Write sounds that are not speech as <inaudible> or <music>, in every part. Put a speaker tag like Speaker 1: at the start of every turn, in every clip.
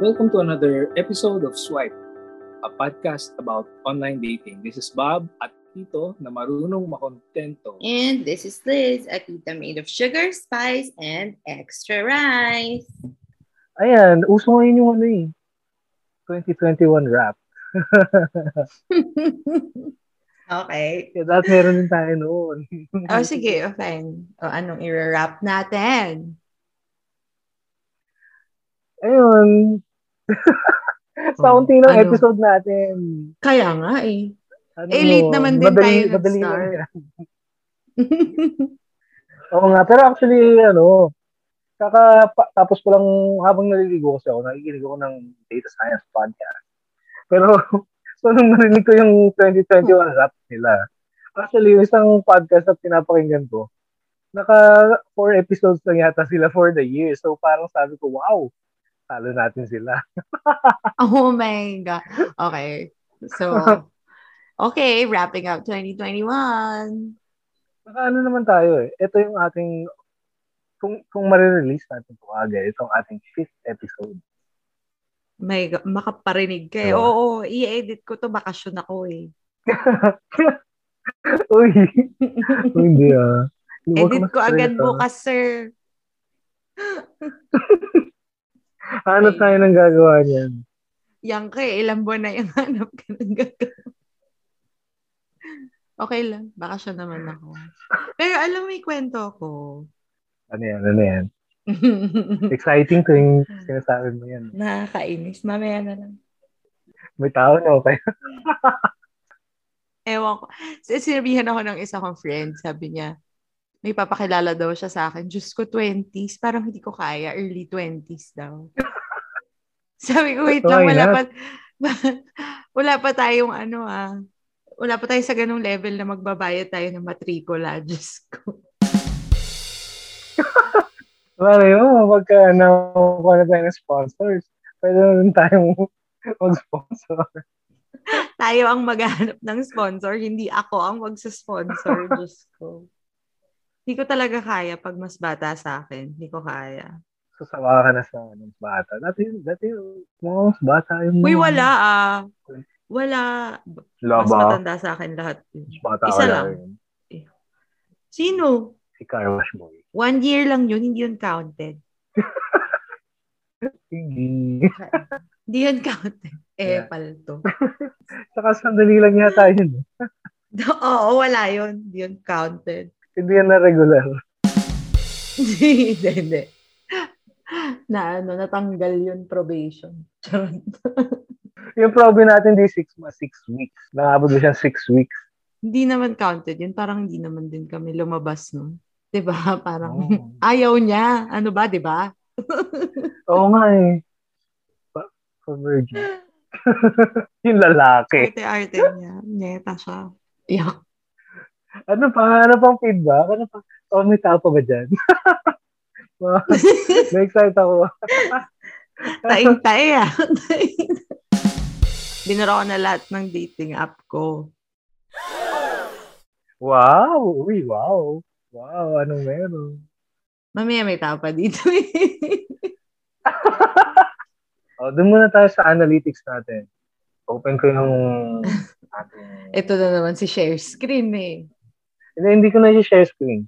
Speaker 1: Welcome to another episode of Swipe, a podcast about online dating. This is Bob at Tito na marunong makontento.
Speaker 2: And this is Liz, a pita made of sugar, spice, and extra rice.
Speaker 3: Ayan, uso ngayon yung ano eh. 2021 rap.
Speaker 2: okay.
Speaker 3: Kaya dahil meron din tayo noon.
Speaker 2: Oh, sige. Oh, fine. O, anong i-wrap natin?
Speaker 3: Ayun. Sa
Speaker 1: Hmm.
Speaker 2: Oh,
Speaker 3: unti ng
Speaker 2: ano?
Speaker 3: episode natin.
Speaker 2: Kaya nga eh.
Speaker 3: Hmm. Ano,
Speaker 2: Eh, late naman din tayo
Speaker 3: madali,
Speaker 2: nag-start.
Speaker 3: madali lang yan. Oo nga, Ah, pero actually, ano, kaka, pa, tapos ko lang, habang naliligo kasi ako, nakikinig ako ng data science podcast. Pero, <laughs> so nung narinig ko yung 2021 rap nila, actually, yung isang podcast na pinapakinggan ko, naka four episodes lang yata sila for the year. So, parang sabi ko, wow, talo natin sila.
Speaker 2: <laughs> oh my God. Okay.
Speaker 3: <laughs>
Speaker 2: So, okay. Wrapping up 2021.
Speaker 3: Naka ano naman tayo eh. Ito yung ating, kung, kung marirelease natin ito agad, itong ating fifth episode.
Speaker 2: May go- makaparinig ka eh.
Speaker 3: Diba?
Speaker 2: Oo, i-edit ko to bakasyon ako eh. <laughs>
Speaker 3: Uy, hindi ah. Huwag
Speaker 2: Edit ko
Speaker 3: mas-
Speaker 2: agad
Speaker 3: ah.
Speaker 2: bukas, sir. eh.
Speaker 3: Hanap tayo ng gagawa niyan.
Speaker 2: Yang ka, eh, ilang buwan na yung <laughs> hanap ka ng gagawin. Okay lang. Baka siya naman ako. Pero alam mo, may kwento ko.
Speaker 3: Ano yan, ano yan. Exciting to yung sinasabi mo yan.
Speaker 2: <laughs> Nakakainis. Mamaya na lang.
Speaker 3: May tao na okay.
Speaker 2: Ewan ko. S- Sinabihan ako ng isa kong friend. Sabi niya, may papakilala daw siya sa akin. Diyos ko, 20s. Parang hindi ko kaya. Early 20s daw. <laughs> Sabi ko, wait lang.
Speaker 3: Why
Speaker 2: Wala
Speaker 3: not?
Speaker 2: pa, <laughs> wala pa tayong ano ah. Wala pa tayo sa ganung level na magbabayad tayo ng matrikula. <laughs> Diyos ko.
Speaker 3: Wala yun, oh, pagka nakukuha na tayo ng sponsors, pwede na rin tayong <laughs> mag-sponsor.
Speaker 2: tayo ang maghanap ng sponsor, hindi ako ang magsasponsor, Diyos ko. Hindi ko talaga kaya pag mas bata sa akin. Hindi ko kaya.
Speaker 3: Sasawa ka na sa anong bata. Dati, dati yung mga mas bata yung...
Speaker 2: Uy, wala ah. Wala. Mas
Speaker 3: Laba,
Speaker 2: matanda sa akin lahat. yun.
Speaker 3: bata
Speaker 2: Isa
Speaker 3: ka
Speaker 2: lang.
Speaker 3: lang.
Speaker 2: Sino?
Speaker 3: Si Car Wash Boy.
Speaker 2: One year lang yun, hindi yun counted. <laughs>
Speaker 3: Sige. <laughs>
Speaker 2: Hindi yun counted. Eh,
Speaker 3: Yeah.
Speaker 2: palto.
Speaker 3: Saka sandali lang yata yun. eh.
Speaker 2: <laughs> Oo, wala yun. Hindi yun counted. <laughs>
Speaker 3: Hindi yan na regular.
Speaker 2: Hindi, hindi, hindi. Na ano, natanggal yun probation. <laughs> Charot.
Speaker 3: Yung probe natin di six months, six weeks. Nakabot siya six
Speaker 2: <laughs>
Speaker 3: weeks.
Speaker 2: hindi naman counted yun. Parang hindi naman din kami lumabas nun. 'Di ba <laughs> Parang
Speaker 3: Oo.
Speaker 2: ayaw niya. Ano ba, 'di ba
Speaker 3: Oo nga eh. Pa, pa virgin. <laughs> yung lalaki.
Speaker 2: Arte-arte niya. Neta siya. Iyak.
Speaker 3: Ano pa? Ano pang feedback? Ano pa? Oh, may tao pa ba dyan? <laughs> Wow. Na-excite ako.
Speaker 2: Taing-tae <laughs> ah. Taing-tae. Binura ko na lahat ng dating app ko.
Speaker 3: Wow! Uy, wow! Wow, anong meron?
Speaker 2: Mamaya may tao pa dito eh.
Speaker 3: Oh, doon muna tayo sa analytics natin. Open ko <laughs> yung ating...
Speaker 2: Ito na naman si share screen eh.
Speaker 3: Hindi, hindi ko na i-share screen.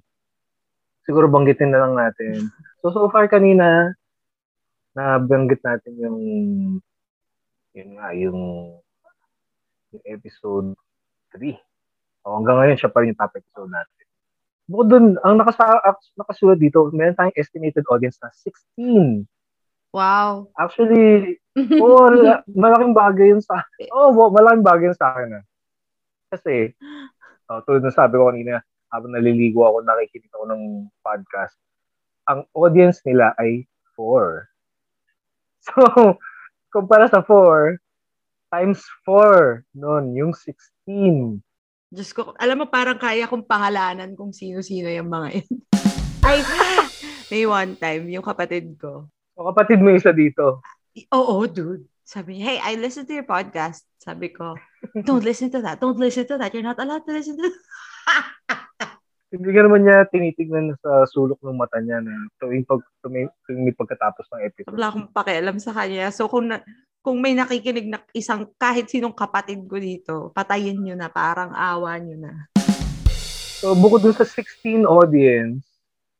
Speaker 3: Siguro banggitin na lang natin. So, so far kanina, nabanggit natin yung yun nga, yung, yung episode 3. O, hanggang ngayon, siya pa rin yung top episode natin. Bukod dun, ang nakasa- ak- nakasulat dito, meron tayong estimated audience na 16.
Speaker 2: Wow.
Speaker 3: Actually, oh, malaking bagay yun sa Oh, wa- malaking bagay yun sa akin. ah. Kasi, oh, tulad ng sabi ko kanina, habang naliligo ako, nakikinig ako ng podcast, ang audience nila ay four. <laughs> So, kumpara sa four, times four noon, yung 16.
Speaker 2: Diyos ko, alam mo parang kaya kong pangalanan kung sino-sino yung mga yun. Ay, <laughs> may one time, yung kapatid ko.
Speaker 3: O kapatid mo isa dito.
Speaker 2: I- Oo, dude. Sabi niya, hey, I listen to your podcast. Sabi ko, don't listen to that. Don't listen to that. You're not allowed to listen to that.
Speaker 3: Hindi ka naman niya tinitignan sa sulok ng mata niya na tuwing, pag, tuwing, tuwing may pagkatapos ng episode.
Speaker 2: Wala akong pakialam sa kanya. So, kung, na, kung may nakikinig na isang kahit sinong kapatid ko dito, patayin nyo na. Parang awa nyo na.
Speaker 3: So, bukod dun sa 16 audience,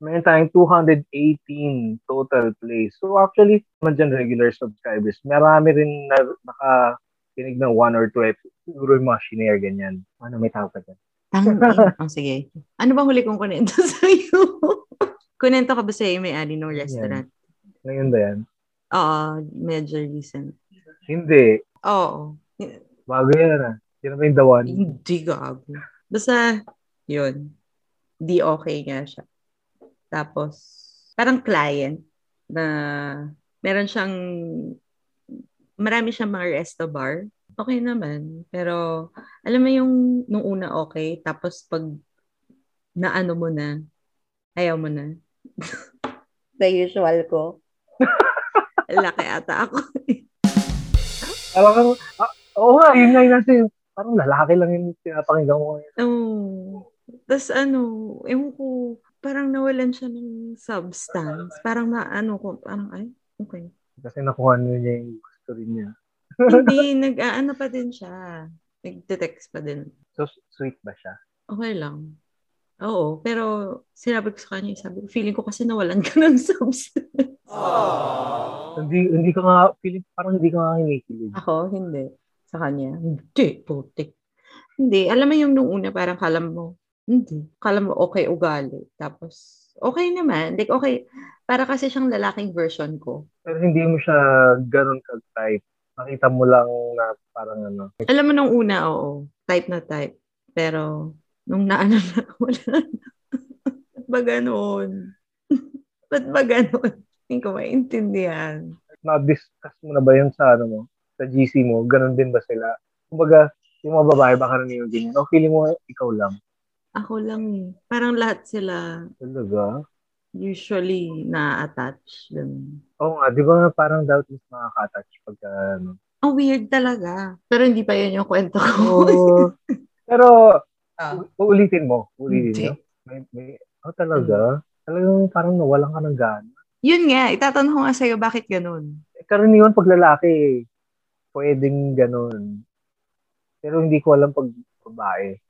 Speaker 3: meron tayong 218 total plays. So, actually, naman dyan regular subscribers. Marami rin na nakakinig ng one or two episodes. Siguro yung mga shinare, ganyan. Ano, may tawag ka dyan.
Speaker 2: Tangin. <laughs> oh, sige. Ano bang huli kong <laughs> kunento sa'yo? kunento ka ba sa'yo may ari ng restaurant?
Speaker 3: Ngayon ba yan?
Speaker 2: Oo, medyo recent.
Speaker 3: Hindi.
Speaker 2: Oo.
Speaker 3: Bago yan ah. Yan naman yung the one.
Speaker 2: Hindi gago. Basta, yun. Di okay nga siya. Tapos, parang client na meron siyang, marami siyang mga resto bar. Okay naman. Pero, alam mo yung nung una okay, tapos pag naano mo na, ayaw mo na. <laughs> The usual ko. Laki ata ako.
Speaker 3: Parang, kang- ah, oo nga, yun nga yun kasi, parang lalaki lang yung pinapakinggan ko ngayon.
Speaker 2: Oh. Tapos ano, ewan ko, parang nawalan siya ng substance. Parang maano ko, parang ay, okay.
Speaker 3: Kasi nakuha niya niya yung gusto rin niya.
Speaker 2: <laughs> Hindi, nag-ano pa din siya. Nag-text pa din.
Speaker 3: So, sweet ba siya?
Speaker 2: Okay lang. Oo, pero sinabi ko sa kanya, sabi ko, feeling ko kasi nawalan ka <laughs> ng substance.
Speaker 3: Hindi, hindi ko nga, feeling, parang hindi ko nga kinikilig.
Speaker 2: Ako, hindi. Sa kanya, hindi, putik. Hindi, alam mo yung nung una parang kala mo, hindi, kala mo okay ugali. Tapos, okay naman. Like, okay. Para kasi siyang lalaking version ko.
Speaker 3: Pero hindi mo siya ganun ka-type. Nakita mo lang na parang ano.
Speaker 2: Alam mo nung una, oo. Type na type. Pero, nung naano na, <laughs> wala na. Ba't ba ganun? <laughs> Ba't ba ganun? Hindi ko maintindihan.
Speaker 3: Na-discuss mo na ba yun sa ano mo? Sa GC mo? Ganun din ba sila? Kumbaga, yung mga babae ba karaniwan ganyan? O feeling mo ikaw lang?
Speaker 2: Ako lang eh. Parang lahat sila
Speaker 3: Talaga?
Speaker 2: usually na-attach. Ganun.
Speaker 3: Oo nga, di ba parang dapat mas makaka-touch pagka ano?
Speaker 2: Ang weird talaga. Pero hindi pa yun yung kwento ko.
Speaker 3: <laughs>
Speaker 2: <laughs>
Speaker 3: Oo. Pero,
Speaker 2: Ah.
Speaker 3: u- uulitin mo. Uulitin
Speaker 2: Hindi.
Speaker 3: mo. May, may, oh, talaga? Talagang parang nawalan ka ng gana.
Speaker 2: Yun nga, itatanong ko nga sa'yo, bakit ganun?
Speaker 3: Eh, karaniwan pag lalaki, pwedeng ganun. Pero hindi ko alam pag babae.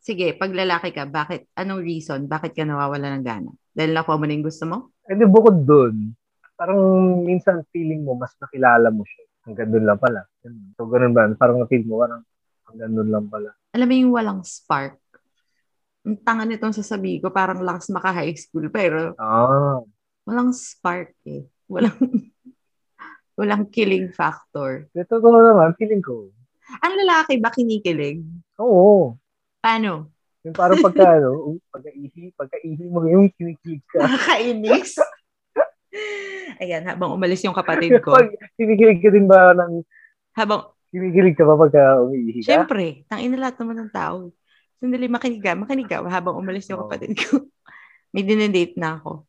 Speaker 2: Sige, pag lalaki ka, bakit, anong reason, bakit ka nawawala ng gana? Dahil nakuha mo na yung gusto mo?
Speaker 3: Eh, di bukod dun, parang minsan feeling mo, mas nakilala mo siya. Hanggang dun lang pala. Ganun. So, ganun ba? Parang na-feel mo, parang hanggang dun lang pala.
Speaker 2: Alam mo yung walang spark? Ang tanga nitong sasabihin ko, parang lakas maka-high school, pero
Speaker 3: Ah,
Speaker 2: walang spark eh. Walang, <laughs> walang killing factor.
Speaker 3: ito ko naman, feeling ko.
Speaker 2: Ang lalaki ba kinikilig?
Speaker 3: Oo.
Speaker 2: Paano? <laughs>
Speaker 3: Yung parang pagka, ano, pagka-ihi, pagka-ihi mo, yung kinikilig ka. <laughs>
Speaker 2: Nakakainis? <laughs> Ayan, habang umalis yung kapatid ko.
Speaker 3: Pag kinikilig ka din ba ng
Speaker 2: Habang,
Speaker 3: kinikilig ka ba pagka umiihi ka?
Speaker 2: Siyempre, tangin na lahat naman ng tao. Sandali, makinig ka, makinig ka habang umalis yung
Speaker 3: Oo.
Speaker 2: kapatid ko. <laughs> May dinedate na ako.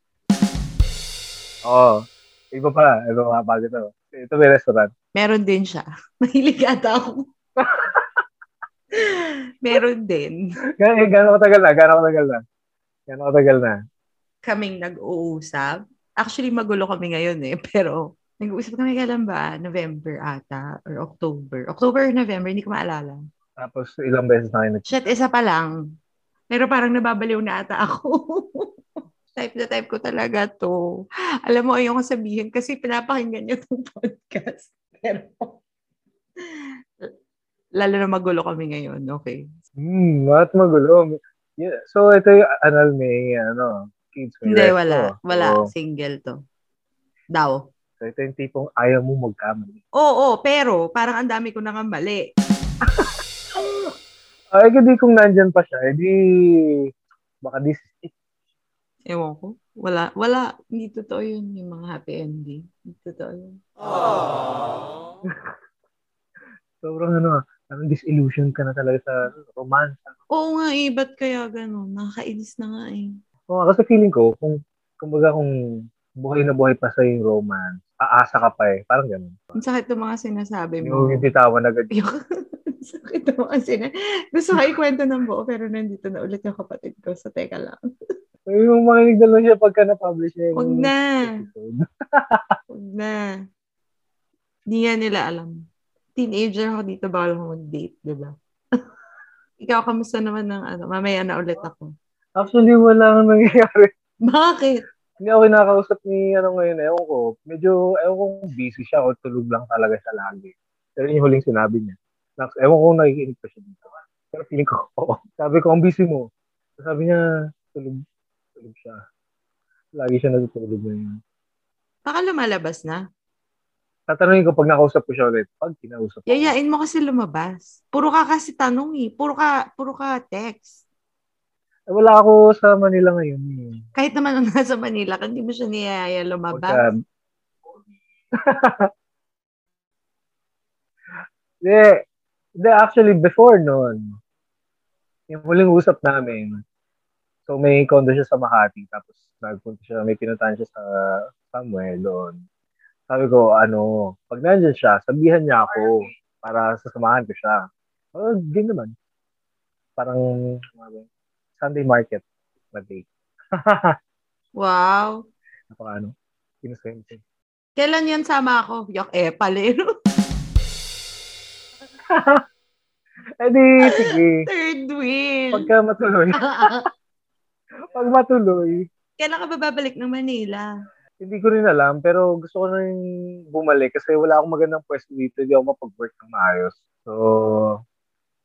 Speaker 3: Oo. Iba pa, iba pa bago ito. Ito may restaurant.
Speaker 2: Meron din siya. <laughs> Mahilig ata ako. Meron din.
Speaker 3: Gano'n gano katagal na? Gano'n katagal na? Gano'n katagal na?
Speaker 2: Kaming nag-uusap. Actually, magulo kami ngayon eh. <laughs> Pero, nag-uusap kami kailan ba? November ata or October. October or November, hindi ko maalala.
Speaker 3: Tapos ilang beses na kayo nag-
Speaker 2: Shit, isa pa lang. Pero parang nababaliw na ata ako. <laughs> type na type ko talaga to. Alam mo, ayoko sabihin kasi pinapakinggan niyo tong <laughs> podcast. Pero, lalo na magulo kami ngayon. Okay.
Speaker 3: Hmm, at magulo. Yeah. So, ito yung anal may, ano, kids may
Speaker 2: Hindi,
Speaker 3: resto.
Speaker 2: wala. Wala.
Speaker 3: Oo.
Speaker 2: Single to. Daw.
Speaker 3: So, ito yung tipong ayaw mo magkamali.
Speaker 2: Oo, pero parang ang dami ko nang mali.
Speaker 3: Ay, hindi kung nandyan pa siya, edi, baka this is it.
Speaker 2: Ewan ko. Wala. Wala. Hindi totoo yun yung mga happy ending. Hindi totoo yun.
Speaker 3: Sobrang ano, parang disillusion ka na talaga sa romance.
Speaker 2: Oo nga eh. Ba't kaya ganun? Nakakainis na nga eh.
Speaker 3: Oo, kasi feeling ko, kung, kumbaga kung buhay na buhay pa sa yung romance, aasa ka pa eh. Parang ganun.
Speaker 2: Ang sakit ng mga sinasabi
Speaker 3: Hindi
Speaker 2: <laughs> mo.
Speaker 3: mo bibitawan agad.
Speaker 2: Ayoko. Sakit naman kasi na. Gusto ko ikwento ng buo pero nandito na ulit yung kapatid ko. So, teka lang.
Speaker 3: Sabi mo, makinig na lang siya pagka na-publish niya
Speaker 2: Huwag na.
Speaker 3: episode.
Speaker 2: Huwag na. Hindi nga nila alam. Teenager ako dito, bawal ako mag-date, di ba? <laughs> Ikaw, kamusta naman ng ano? Mamaya na ulit ako.
Speaker 3: Actually, wala nga nangyayari.
Speaker 2: Bakit?
Speaker 3: Hindi ako kinakausap ni, ano ngayon, ewan ko. Medyo, ewan ko kung busy siya o tulog lang talaga siya lagi. Pero yun yung huling sinabi niya. Nak- Ewan ko kung nakikinig pa siya dito. Pero feeling ko, <laughs> oo. Sabi ko, ang busy mo. Sabi niya, tulog, tulog siya. Lagi siya natutulog na yun.
Speaker 2: Baka lumalabas na.
Speaker 3: Tatanungin ko pag nakausap ko siya ulit. Pag kinausap ko.
Speaker 2: Yayain mo kasi lumabas. Puro ka kasi tanong eh. Puro ka, puro ka text.
Speaker 3: Eh, Wala ako sa Manila ngayon. eh.
Speaker 2: Kahit naman ang <laughs> nasa Manila, ka, hindi mo siya niyayaya lumabas.
Speaker 3: Pagka... <laughs> Hindi. Hindi, actually, before noon, yung huling usap namin, so may condo siya sa Makati, tapos nagpunta siya, may pinuntahan siya sa somewhere doon. Sabi ko, ano, pag nandyan siya, sabihan niya ako para sasamahan ko siya. Oh, din naman. Parang, ano ba yun? Sunday market na date.
Speaker 2: Wow.
Speaker 3: Napaka ano, innocent.
Speaker 2: Kailan yan sama ako? Yok eh, palero.
Speaker 3: Eh di, sige.
Speaker 2: <laughs> Third wheel.
Speaker 3: Pagka matuloy. <laughs> Pag matuloy,
Speaker 2: Kailan ka ba babalik ng Manila?
Speaker 3: hindi ko rin alam, pero gusto ko na rin bumalik kasi wala akong magandang pwesto dito, hindi ako mapag-work ng maayos. So,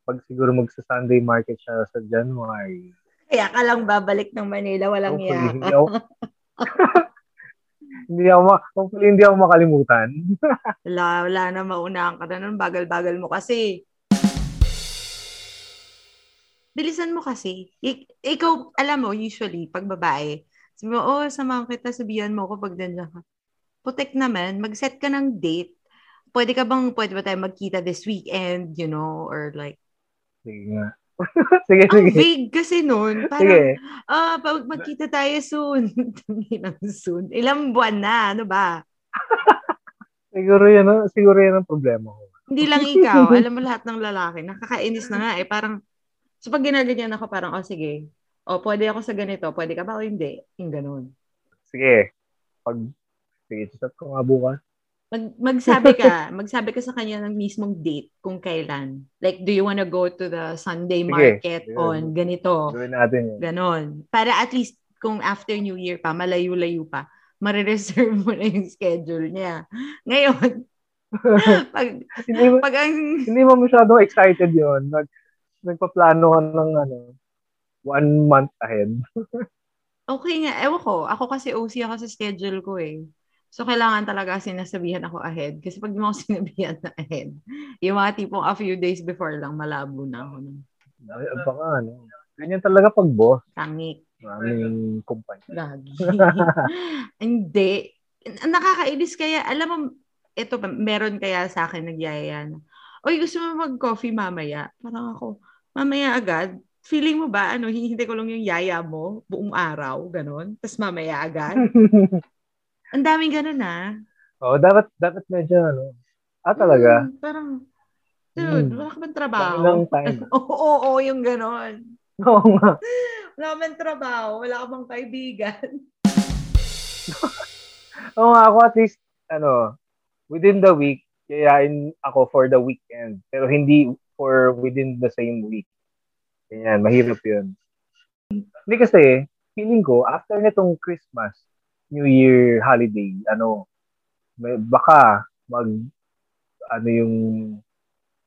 Speaker 3: pag siguro magsa-Sunday market siya sa January.
Speaker 2: Kaya ka lang babalik ng Manila, walang
Speaker 3: Hopefully,
Speaker 2: iya.
Speaker 3: hindi ako, hindi ako, ma- hopefully, hindi ako makalimutan.
Speaker 2: Wala, wala na maunahan ka na nun. Bagal-bagal mo kasi. Bilisan mo kasi. Ik- ikaw, alam mo, usually, pag babae, sabi mo, oh, samahan kita, sabihan mo ako pag nandiyan ka. Putek naman, mag-set ka ng date. Pwede ka bang, pwede ba tayo magkita this weekend, you know, or
Speaker 3: <laughs>
Speaker 2: like,
Speaker 3: Sige nga. <laughs> sige,
Speaker 2: ang
Speaker 3: sige.
Speaker 2: vague kasi nun. Parang,
Speaker 3: Sige.
Speaker 2: ah, pag magkita tayo soon. <laughs> Tanginang soon. Ilang buwan na, ano ba?
Speaker 3: Siguro yan, ang- siguro yan ang problema ko.
Speaker 2: Hindi lang ikaw, alam mo lahat ng lalaki, nakakainis na nga eh, parang, so pag ginaganyan ako, parang, oh sige, oh pwede ako sa ganito, pwede ka ba o hindi? Yung ganun.
Speaker 3: Sige. Pag, sige, chat ko nga bukas.
Speaker 2: Mag, magsabi ka, magsabi ka sa kanya ng mismong date kung kailan. Like, do you wanna go to the Sunday
Speaker 3: Sige.
Speaker 2: market
Speaker 3: Sige.
Speaker 2: on ganito?
Speaker 3: Gawin natin yun.
Speaker 2: Ganon. Para at least, kung after New Year pa, malayo-layo pa, marireserve <laughs> mo na yung schedule niya. Ngayon, pag,
Speaker 3: Hindi ba-
Speaker 2: pag ang
Speaker 3: hindi mo masyadong excited yon Nag, nagpaplano ka ng ano, one month ahead.
Speaker 2: Okay nga. Ewan ko. Ako kasi OC ako sa schedule ko eh. So, kailangan talaga sinasabihan ako ahead. Kasi pag di mo ako <laughs> sinabihan na ahead, yung mga tipong a few days before lang, malabo na ako ng
Speaker 3: Ay, ang Baka ano. Ganyan talaga pag boss.
Speaker 2: tangi.
Speaker 3: Maraming kumpanya.
Speaker 2: Lagi.
Speaker 3: <laughs>
Speaker 2: <laughs> Hindi. Nakakainis kaya. Alam mo, ito, pa, meron kaya sa akin nagyaya na, Uy, gusto mo mag-coffee mamaya? Parang ako, mamaya agad? Feeling mo ba, ano, hihintay ko lang yung yaya mo buong araw, ganon? Tapos mamaya
Speaker 3: <laughs>
Speaker 2: agad? Ang daming ganun ah.
Speaker 3: Oo, Oh, dapat, dapat medyo ano. Ah, talaga?
Speaker 2: Mm, parang, dude,
Speaker 3: Mm.
Speaker 2: wala ka bang
Speaker 3: Dami
Speaker 2: trabaho?
Speaker 3: lang time.
Speaker 2: <laughs>
Speaker 3: <laughs>
Speaker 2: Oo, oo, oo, yung ganon.
Speaker 3: Oo nga.
Speaker 2: Wala ka bang trabaho? Wala ka bang kaibigan?
Speaker 3: Oo nga, ako at least, ano, within the week, yayain ako for the weekend. Pero hindi for within the same week. Ganyan, mahirap yun. Hindi kasi, feeling ko, after nitong Christmas, New Year holiday, ano, may, baka mag, ano yung,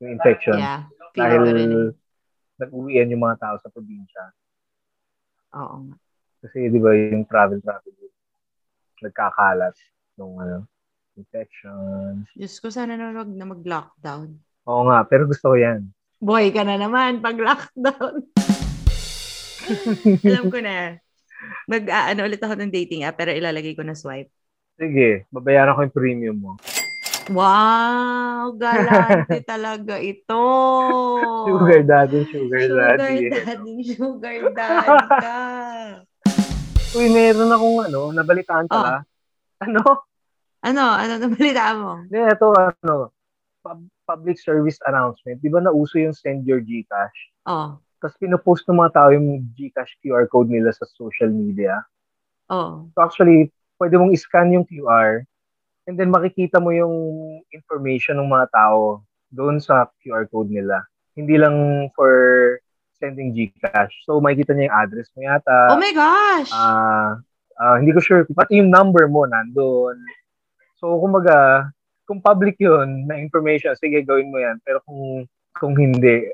Speaker 3: yung infection.
Speaker 2: Yeah. Feeling ko rin. eh.
Speaker 3: dahil nag-uwian yung mga tao sa probinsya.
Speaker 2: Oo nga.
Speaker 3: Kasi, di ba, yung travel-travel, nagkakalat ng ano, infection,
Speaker 2: Diyos ko, sana na wag na mag-lockdown.
Speaker 3: Oo nga, pero gusto ko yan.
Speaker 2: Boy ka na naman pag lockdown. <laughs> Alam ko na. Mag, ah, ano ulit ako ng dating app, pero ilalagay ko na swipe.
Speaker 3: Sige, babayaran ko yung premium mo.
Speaker 2: Wow! Galante <laughs> talaga ito!
Speaker 3: Sugar daddy, sugar,
Speaker 2: Sugar
Speaker 3: daddy.
Speaker 2: daddy, sugar daddy ka.
Speaker 3: Uy, meron akong ano, nabalitaan pala. Ano?
Speaker 2: Ano? Ano na balita mo?
Speaker 3: Hindi, eto ano. pub- public service announcement, di ba nauso yung send your Gcash?
Speaker 2: Oh.
Speaker 3: Tapos pinopost ng mga tao yung Gcash QR code nila sa social media.
Speaker 2: Oh.
Speaker 3: So actually, pwede mong scan yung QR and then makikita mo yung information ng mga tao doon sa QR code nila. Hindi lang for sending Gcash. So makikita niya yung address mo yata.
Speaker 2: oh my gosh!
Speaker 3: Ah, ah, hindi ko sure. Pati yung number mo nandun. So, kumbaga, kung public yun na information, sige, gawin mo yan. Pero kung, kung hindi,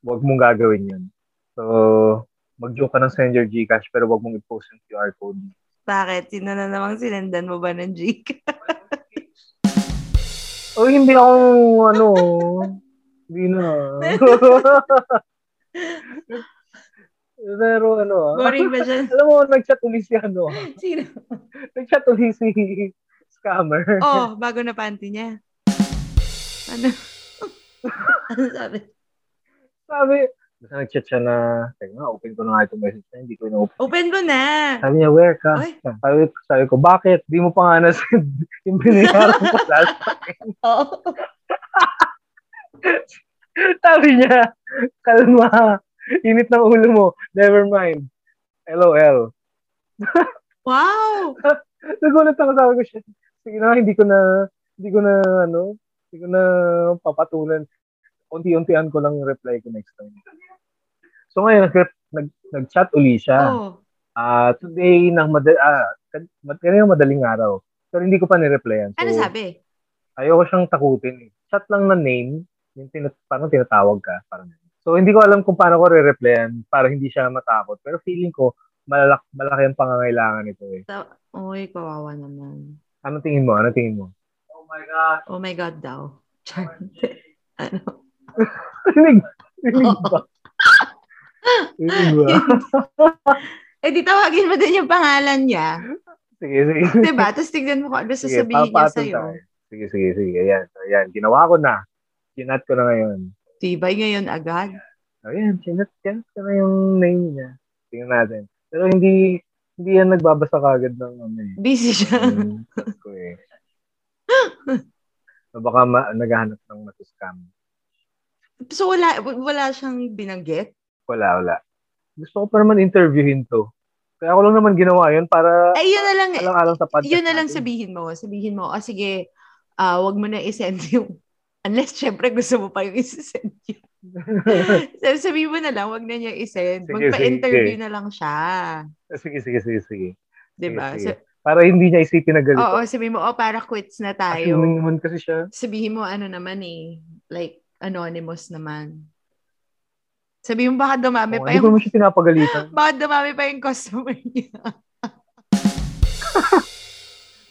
Speaker 3: wag mong gagawin yun. So, mag-joke ka ng send your Gcash pero wag mong i-post yung QR code.
Speaker 2: Bakit? Sino na namang sinendan mo ba ng Gcash?
Speaker 3: O, hindi ako, ano, hindi na. pero ano, ah.
Speaker 2: Boring ba siya?
Speaker 3: alam mo, nag-chat ulit si ano, ah.
Speaker 2: <laughs> Sino?
Speaker 3: nag-chat ulit si scammer.
Speaker 2: Oh, bago na panty
Speaker 3: <laughs>
Speaker 2: niya. Ano? ano sabi?
Speaker 3: Sabi, basta nag-chat siya na, teka nga, open ko na nga itong message na, hindi ko na-open.
Speaker 2: Open mo na!
Speaker 3: Sabi niya, where ka?
Speaker 2: Ay,
Speaker 3: Sabi, sabi ko, bakit? Di mo pa nga na-send <laughs> yung binayaran ko last
Speaker 2: oo.
Speaker 3: Oh. Sabi niya, kalma, init ng ulo mo, never mind. LOL.
Speaker 2: Wow!
Speaker 3: Nagulat ako, sabi ko, shit, sige na, hindi ko na, hindi ko na, ano, hindi ko na papatulan. Unti-untian ko lang yung reply ko next time. So ngayon, nag- nag- nag-chat uli siya.
Speaker 2: Oh.
Speaker 3: Ah, today ng madal ah, kan- mad- kanina madaling araw. Pero hindi ko pa ni-replyan. So,
Speaker 2: Ano sabi?
Speaker 3: Ayoko siyang takutin. eh. Chat lang na name, yung tina- parang tinatawag ka. Parang. So, hindi ko alam kung paano ko re-replyan para hindi siya matakot. Pero feeling ko, malalak, malaki ang pangangailangan nito eh.
Speaker 2: Sa- Uy, kawawa naman.
Speaker 3: Ano tingin mo? Ano tingin mo? Oh my God.
Speaker 2: Oh my God daw. Char. <laughs> ano?
Speaker 3: Rinig. Rinig ba? Rinig ba?
Speaker 2: Eh, di tawagin mo din yung pangalan
Speaker 3: <laughs>
Speaker 2: niya.
Speaker 3: Sige, sige.
Speaker 2: Diba? Tapos tignan mo kung ano
Speaker 3: Sige,
Speaker 2: sasabihin niya
Speaker 3: papatol
Speaker 2: sa'yo.
Speaker 3: tayo. Sige, sige, sige. Ayan. So, ayan. Ginawa ko na. Kinat ko na ngayon.
Speaker 2: Tibay ngayon agad.
Speaker 3: Ayan, sinat yan ko na yung name niya. Tingnan natin. Pero hindi hindi yan nagbabasa kagad ng ano eh.
Speaker 2: Busy siya.
Speaker 3: ng ko eh. So baka ma- naghahanap ng matuskam.
Speaker 2: So, wala, wala siyang binanggit?
Speaker 3: Wala, wala. Gusto ko pa naman interviewin to. Kaya ko lang naman ginawa yun para
Speaker 2: Ay, Eh, yun na lang.
Speaker 3: alang-alang sa podcast
Speaker 2: yun na lang
Speaker 3: natin.
Speaker 2: sabihin mo. Sabihin mo, ah, sige, ah, wag mo na isend <laughs> yung... Unless, syempre, gusto mo pa yung isend
Speaker 3: <laughs>
Speaker 2: yun. so, sabihin mo na lang, wag na niya isend.
Speaker 3: Sige,
Speaker 2: Magpa-interview
Speaker 3: sige.
Speaker 2: na lang siya.
Speaker 3: Sige, sige, sige, sige.
Speaker 2: Diba?
Speaker 3: Sige,
Speaker 2: So,
Speaker 3: Para hindi niya isipin na
Speaker 2: oo,
Speaker 3: ganito.
Speaker 2: sabihin mo, oh, para quits na tayo.
Speaker 3: Assuming naman kasi siya.
Speaker 2: Sabihin mo, ano naman eh, like, anonymous naman. Sabihin mo, baka dumami
Speaker 3: Oh,
Speaker 2: pa
Speaker 3: hindi ko
Speaker 2: yung
Speaker 3: naman siya pinapagalitan.
Speaker 2: Baka dumami pa yung customer niya.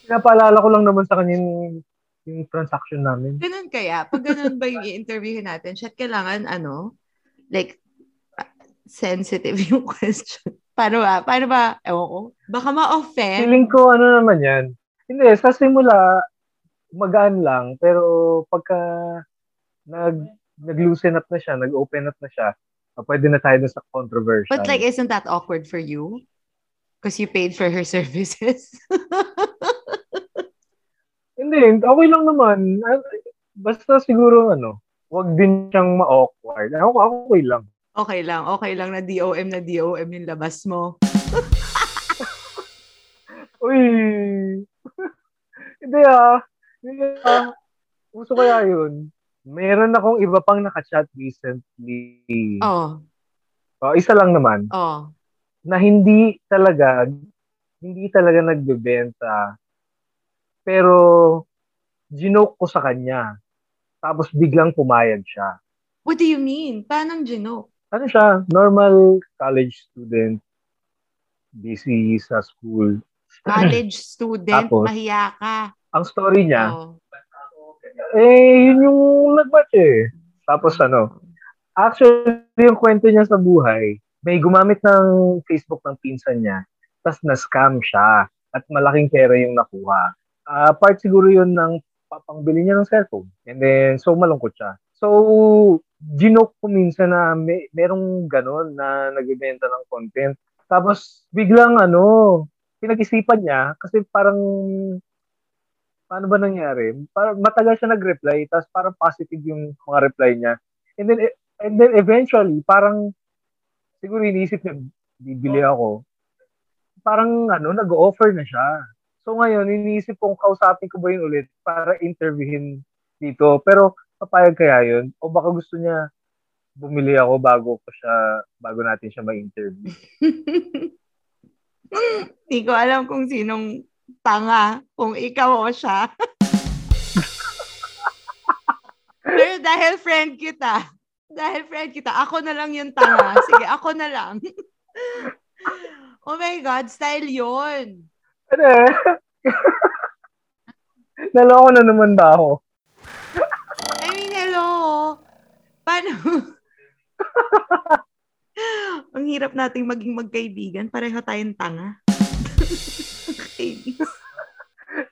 Speaker 3: Pinapaalala ko lang naman sa kanya yung, yung transaction namin.
Speaker 2: Ganun kaya? Pag ganun ba yung i-interviewin natin, siya kailangan ano? Like, ah, sensitive yung <laughs> question. Paano ba? Paano ba? Ewan ko. Baka ma-offend.
Speaker 3: Feeling ko, ano naman yan. Hindi, sa simula, magaan lang. Pero pagka nag, nag-loosen up na siya, nag-open up na siya, ah, pwede na tayo dun sa controversial.
Speaker 2: But like, isn't that awkward for you? Because you paid for her <laughs> services.
Speaker 3: Hindi, okay lang naman. Ah, Basta siguro, ano, wag din siyang ma-awkward. Ako, ako okay lang.
Speaker 2: okay lang. Okay lang na DOM na DOM yung labas mo.
Speaker 3: Uy! <laughs> Hindi ah. Hindi ah. Uso kaya yun. Meron akong iba pang nakachat recently.
Speaker 2: Oh,
Speaker 3: Ah, isa lang naman.
Speaker 2: oh.
Speaker 3: na hindi talaga hindi talaga nagbebenta pero ginoke ko sa kanya tapos biglang pumayag siya
Speaker 2: What do you mean? Paano gino?
Speaker 3: ano siya normal college student busy sa school
Speaker 2: College student,
Speaker 3: Tapos?
Speaker 2: mahiya ka.
Speaker 3: ang story niya
Speaker 2: Oh.
Speaker 3: eh yun yung nagmatch eh tapos ano actually yung kwento niya sa buhay may gumamit ng Facebook ng pinsan niya tapos na-scam siya at malaking pera yung nakuha. Ah, part siguro yun ng papangbili niya ng cellphone. And then, so malungkot siya. So, ginoke ko minsan na may, merong ganun na nagbibenta ng content. Tapos, biglang ano, pinag-isipan niya kasi parang paano ba nangyari? Para, matagal siya nag-reply, tapos parang positive yung mga reply niya. And then, e- and then eventually, parang, siguro iniisip niya, bibili ako. Parang, ano, nag-offer na siya. So ngayon, iniisip kong kausapin ko ba yun ulit para interviewin dito. Pero, papayag kaya yun? O baka gusto niya, bumili ako bago ko siya, bago natin siya ma-interview. <laughs>
Speaker 2: Hindi ko alam kung sinong tanga, kung ikaw o siya. Pero dahil friend kita, dahil friend kita, ako na lang yung tanga. Sige, ako na lang. <laughs> oh my God, style yon.
Speaker 3: Ano eh? <laughs> Naloko na naman ba ako?
Speaker 2: I mean, hello. Paano? <laughs> Ang hirap nating maging magkaibigan. Pareho tayong tanga. <laughs> Kaibigan.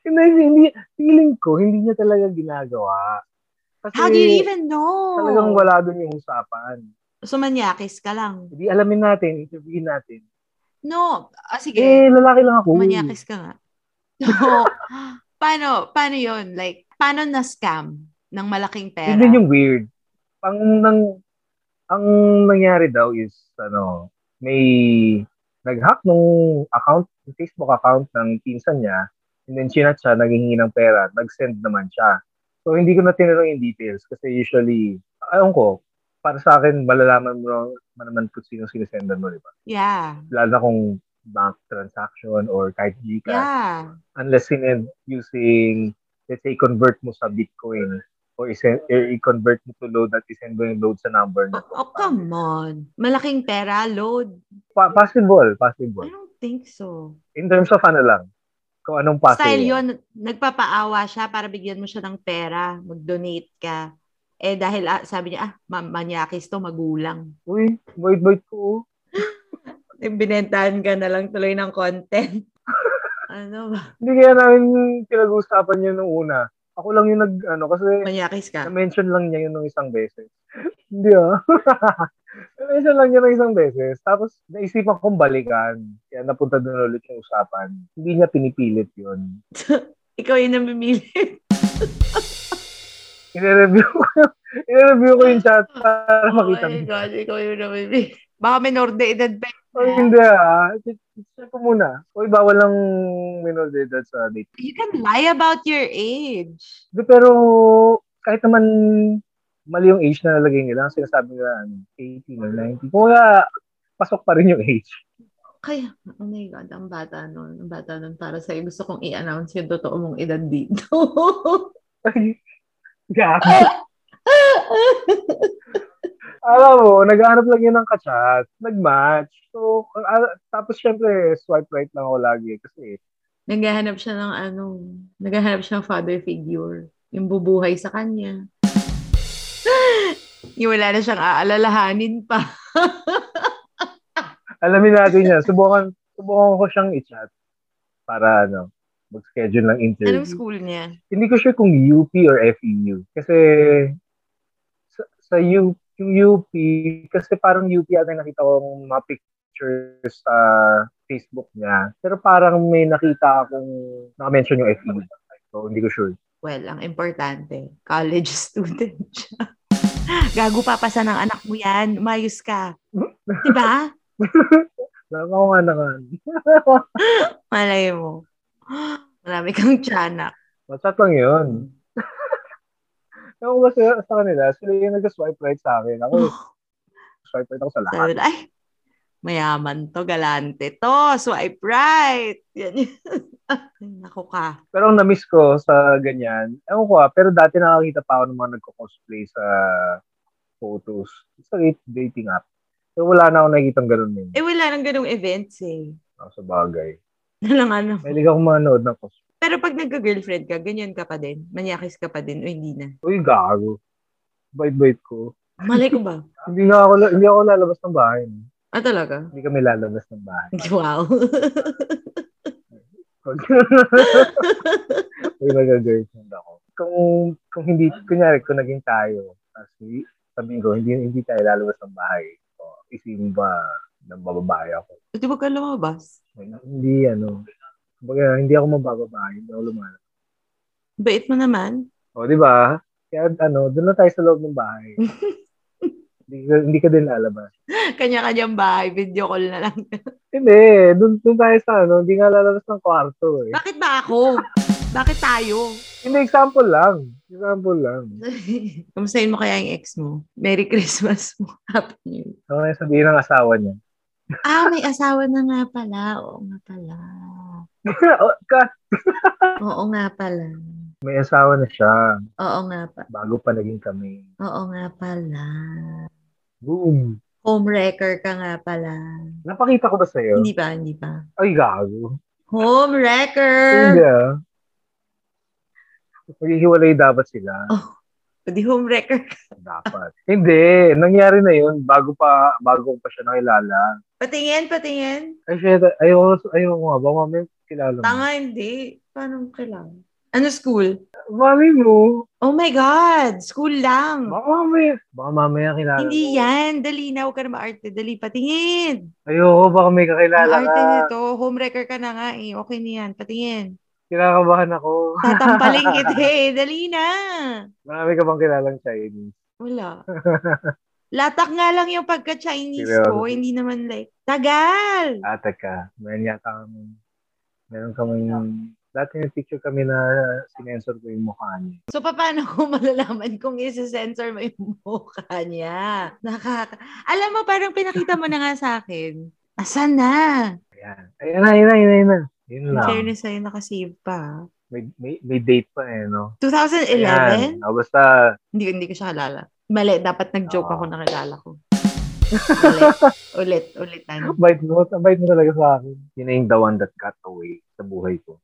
Speaker 3: Hindi, hindi, feeling ko, hindi niya talaga ginagawa. Kasi
Speaker 2: How do you even know?
Speaker 3: Eh, Talagang wala doon yung usapan.
Speaker 2: Sumanyakis ka lang.
Speaker 3: Hindi, alamin natin, interviewin natin.
Speaker 2: No. Ah, sige.
Speaker 3: Eh, lalaki lang ako.
Speaker 2: Manyakis ka nga. <laughs> So, paano, paano yun? Like, paano na-scam ng malaking pera?
Speaker 3: Yun din yung weird. Ang nang ang nangyari daw is ano, may nag-hack nung account, Facebook account ng pinsan niya, and then chinat siya, naghingi ng pera, nag-send naman siya. So, hindi ko na tinanong yung details kasi usually, ayun ko, para sa akin, malalaman mo mo naman kung sino sinisendan mo, di ba?
Speaker 2: Yeah.
Speaker 3: Lalo na kung bank transaction or kahit Gcash
Speaker 2: Yeah.
Speaker 3: unless sinend using, let's say, convert mo sa Bitcoin or, isen- or i-convert mo to load at isend mo yung load sa number niya.
Speaker 2: Oh, come on. Malaking pera, load.
Speaker 3: Pa- possible,
Speaker 2: I
Speaker 3: possible.
Speaker 2: don't think so.
Speaker 3: In terms of ano lang, kung anong possible.
Speaker 2: Style yun, nagpapaawa siya para bigyan mo siya ng pera, mag-donate ka. Eh dahil ah, sabi niya, ah, ma- manyakis to, magulang.
Speaker 3: Uy, void void ko.
Speaker 2: Eh, binentahan ka na lang tuloy ng content. ano ba?
Speaker 3: Hindi kaya namin pinag-uusapan yun nung una. Ako lang yung nag, ano, kasi
Speaker 2: Manyakis ka.
Speaker 3: na-mention lang niya yun nung isang beses. <laughs> Hindi ah. <laughs> na-mention lang niya nung isang beses. Tapos, naisipan kong balikan. Kaya napunta doon ulit yung usapan. Hindi niya pinipilit yun.
Speaker 2: Ikaw yung namimili.
Speaker 3: Ine-review ko, ine-review ko yung chat para makita
Speaker 2: oh my
Speaker 3: mo.
Speaker 2: God, ikaw yung namimili. Baka minor de edad pa.
Speaker 3: Ay, hindi ah. Check ko muna. Uy, bawal lang minor de edad sa date.
Speaker 2: You can lie about your age.
Speaker 3: Di, pero kahit naman mali yung age na nalagay nila, ang sinasabi nila ano, 18 or 19. Kung wala, pasok pa rin yung age. <laughs>
Speaker 2: Kaya, oh my God, ang bata nun. Ang bata nun para sa'yo. Gusto kong i-announce yung totoo mong edad dito. <laughs>
Speaker 3: Ay, Gago. Alam mo, naghahanap lang yun ng kachat. Nag-match. So, ah, tapos syempre, swipe right lang ako lagi kasi
Speaker 2: naghahanap siya ng ano, naghahanap siya ng father figure. Yung bubuhay sa kanya. yung wala na siyang aalalahanin pa.
Speaker 3: Alamin natin yan. Subukan, subukan ko siyang i-chat para ano, mag-schedule ng interview.
Speaker 2: Anong school niya?
Speaker 3: Hindi ko sure kung UP or FEU. Kasi sa, sa U, yung UP, kasi parang UP ata yung nakita kong mga pictures sa Facebook niya. Pero parang may nakita akong nakamention yung FEU. So, hindi ko sure.
Speaker 2: Well, ang importante, college <laughs> student siya. Gago papasa ng anak mo yan. Umayos ka. Diba?
Speaker 3: Alam ko nga naman. ano. <laughs>
Speaker 2: Malay mo. Marami kang tiyanak.
Speaker 3: Masat lang yun. Ewan ko ba sa, sa kanila, sila yung nag-swipe right sa akin. Ako, swipe right ako sa lahat.
Speaker 2: Sabi na, ay, mayaman to, galante to, swipe right. Yan yun. <laughs> Ay, Naku ka.
Speaker 3: Pero ang na-miss ko sa ganyan, ewan ko ah, pero dati nakakita pa ako ng mga nagko-cosplay sa photos. Sa date- dating app. Pero wala na ako nakikita ng ganun yun.
Speaker 2: Eh, wala nang ganung events eh.
Speaker 3: Ako sa bagay.
Speaker 2: Nalang ano.
Speaker 3: Mahilig ako manood ng cosplay.
Speaker 2: Pero pag nagka-girlfriend ka, ganyan ka pa din. Manyakis ka pa din o hindi na.
Speaker 3: Uy, gago. Bait-bait ko.
Speaker 2: Malay ko ba?
Speaker 3: Hindi nga ako, la- hindi ako lalabas ng bahay.
Speaker 2: Ah, talaga? <laughs>
Speaker 3: Hindi kami lalabas ng bahay.
Speaker 2: Wow.
Speaker 3: Pag <laughs> Uy, nag-girlfriend ako. Kung, kung hindi, kunyari, kung naging tayo, tapos hindi- sabihin ko, hindi, hindi tayo lalabas ng bahay. O, isipin ba ng bababae ako?
Speaker 2: Di ba ka lumabas?
Speaker 3: Ay, hindi ano. Kumbaga, hindi ako mabababae, hindi ako lumalabas.
Speaker 2: Bait mo naman.
Speaker 3: O, di ba? Kaya ano, doon na tayo sa loob ng bahay. hindi, ka, hindi ka din lalabas.
Speaker 2: Kanya-kanyang bahay, video call na lang.
Speaker 3: Hindi, doon, doon tayo sa ano, hindi nga lalabas ng kwarto eh.
Speaker 2: Bakit ba ako? Bakit tayo?
Speaker 3: Hindi, example lang. Example lang.
Speaker 2: <laughs> Kamustahin mo kaya yung ex mo? Merry Christmas mo. <laughs> Happy New Year.
Speaker 3: Ano kaya sabihin ng asawa niya?
Speaker 2: Ah, may asawa na nga pala. Oo nga pala.
Speaker 3: O, ka-
Speaker 2: Oo nga pala.
Speaker 3: May asawa na siya
Speaker 2: Oo nga pa.
Speaker 3: bago pa naging kami.
Speaker 2: Oo nga pala.
Speaker 3: Boom.
Speaker 2: Home wrecker ka nga pala.
Speaker 3: Napakita ko ba sa'yo?
Speaker 2: Hindi pa, hindi pa.
Speaker 3: Ay, gago.
Speaker 2: Home wrecker!
Speaker 3: Hindi ah. Maghihiwalay dapat sila.
Speaker 2: Hindi home wrecker. <laughs>
Speaker 3: Dapat. <laughs> Hindi. Nangyari na yun bago pa, bago ko pa siya nakilala.
Speaker 2: Patingin, patingin.
Speaker 3: Ay, shit. Ayoko, ayoko nga. Baka mami kilala mo.
Speaker 2: Tanga, hindi. Paano kailangan? Ano school?
Speaker 3: Mami mo.
Speaker 2: Oh my God! School lang!
Speaker 3: Baka mamaya. Baka mamaya kilala
Speaker 2: Hindi
Speaker 3: mo.
Speaker 2: yan. Dali na. Huwag ka na maarte. Dali, patingin.
Speaker 3: Ayoko. Baka may kakilala
Speaker 2: Ang
Speaker 3: ka.
Speaker 2: arte nito. Homewrecker ka na nga eh. Okay na yan. Patingin.
Speaker 3: Kinakabahan ako.
Speaker 2: Tatampaling
Speaker 3: <laughs>
Speaker 2: kita eh. Dali na.
Speaker 3: Marami ka bang kilalang Chinese?
Speaker 2: Wala. Latak nga lang yung pagka-Chinese
Speaker 3: Seryoso.
Speaker 2: ko. Hindi naman like, tagal.
Speaker 3: Ate ka. Ah, Meron yata kami. Meron kami. Dati may picture kami na sinensor ko yung mukha niya.
Speaker 2: So, paano ko malalaman kung <laughs> isi-censor mo yung mukha niya? Nakaka- Alam mo, parang pinakita mo na nga sa akin. Asan na?
Speaker 3: Ayan. Ayan na, ayan na, ayan na, ayan na. Yun
Speaker 2: In
Speaker 3: lang.
Speaker 2: fairness sa'yo, nakasave pa.
Speaker 3: May, may, may date pa eh, no?
Speaker 2: 2011?
Speaker 3: Ayan. O, basta,
Speaker 2: Hindi, hindi ko siya kalala. Mali, dapat nag-joke
Speaker 3: Oo.
Speaker 2: ako na kilala ko. Ulit, ulit, ulitan.
Speaker 3: bait mo, ang bait mo talaga sa akin. Yun na yung the one that got away sa buhay ko.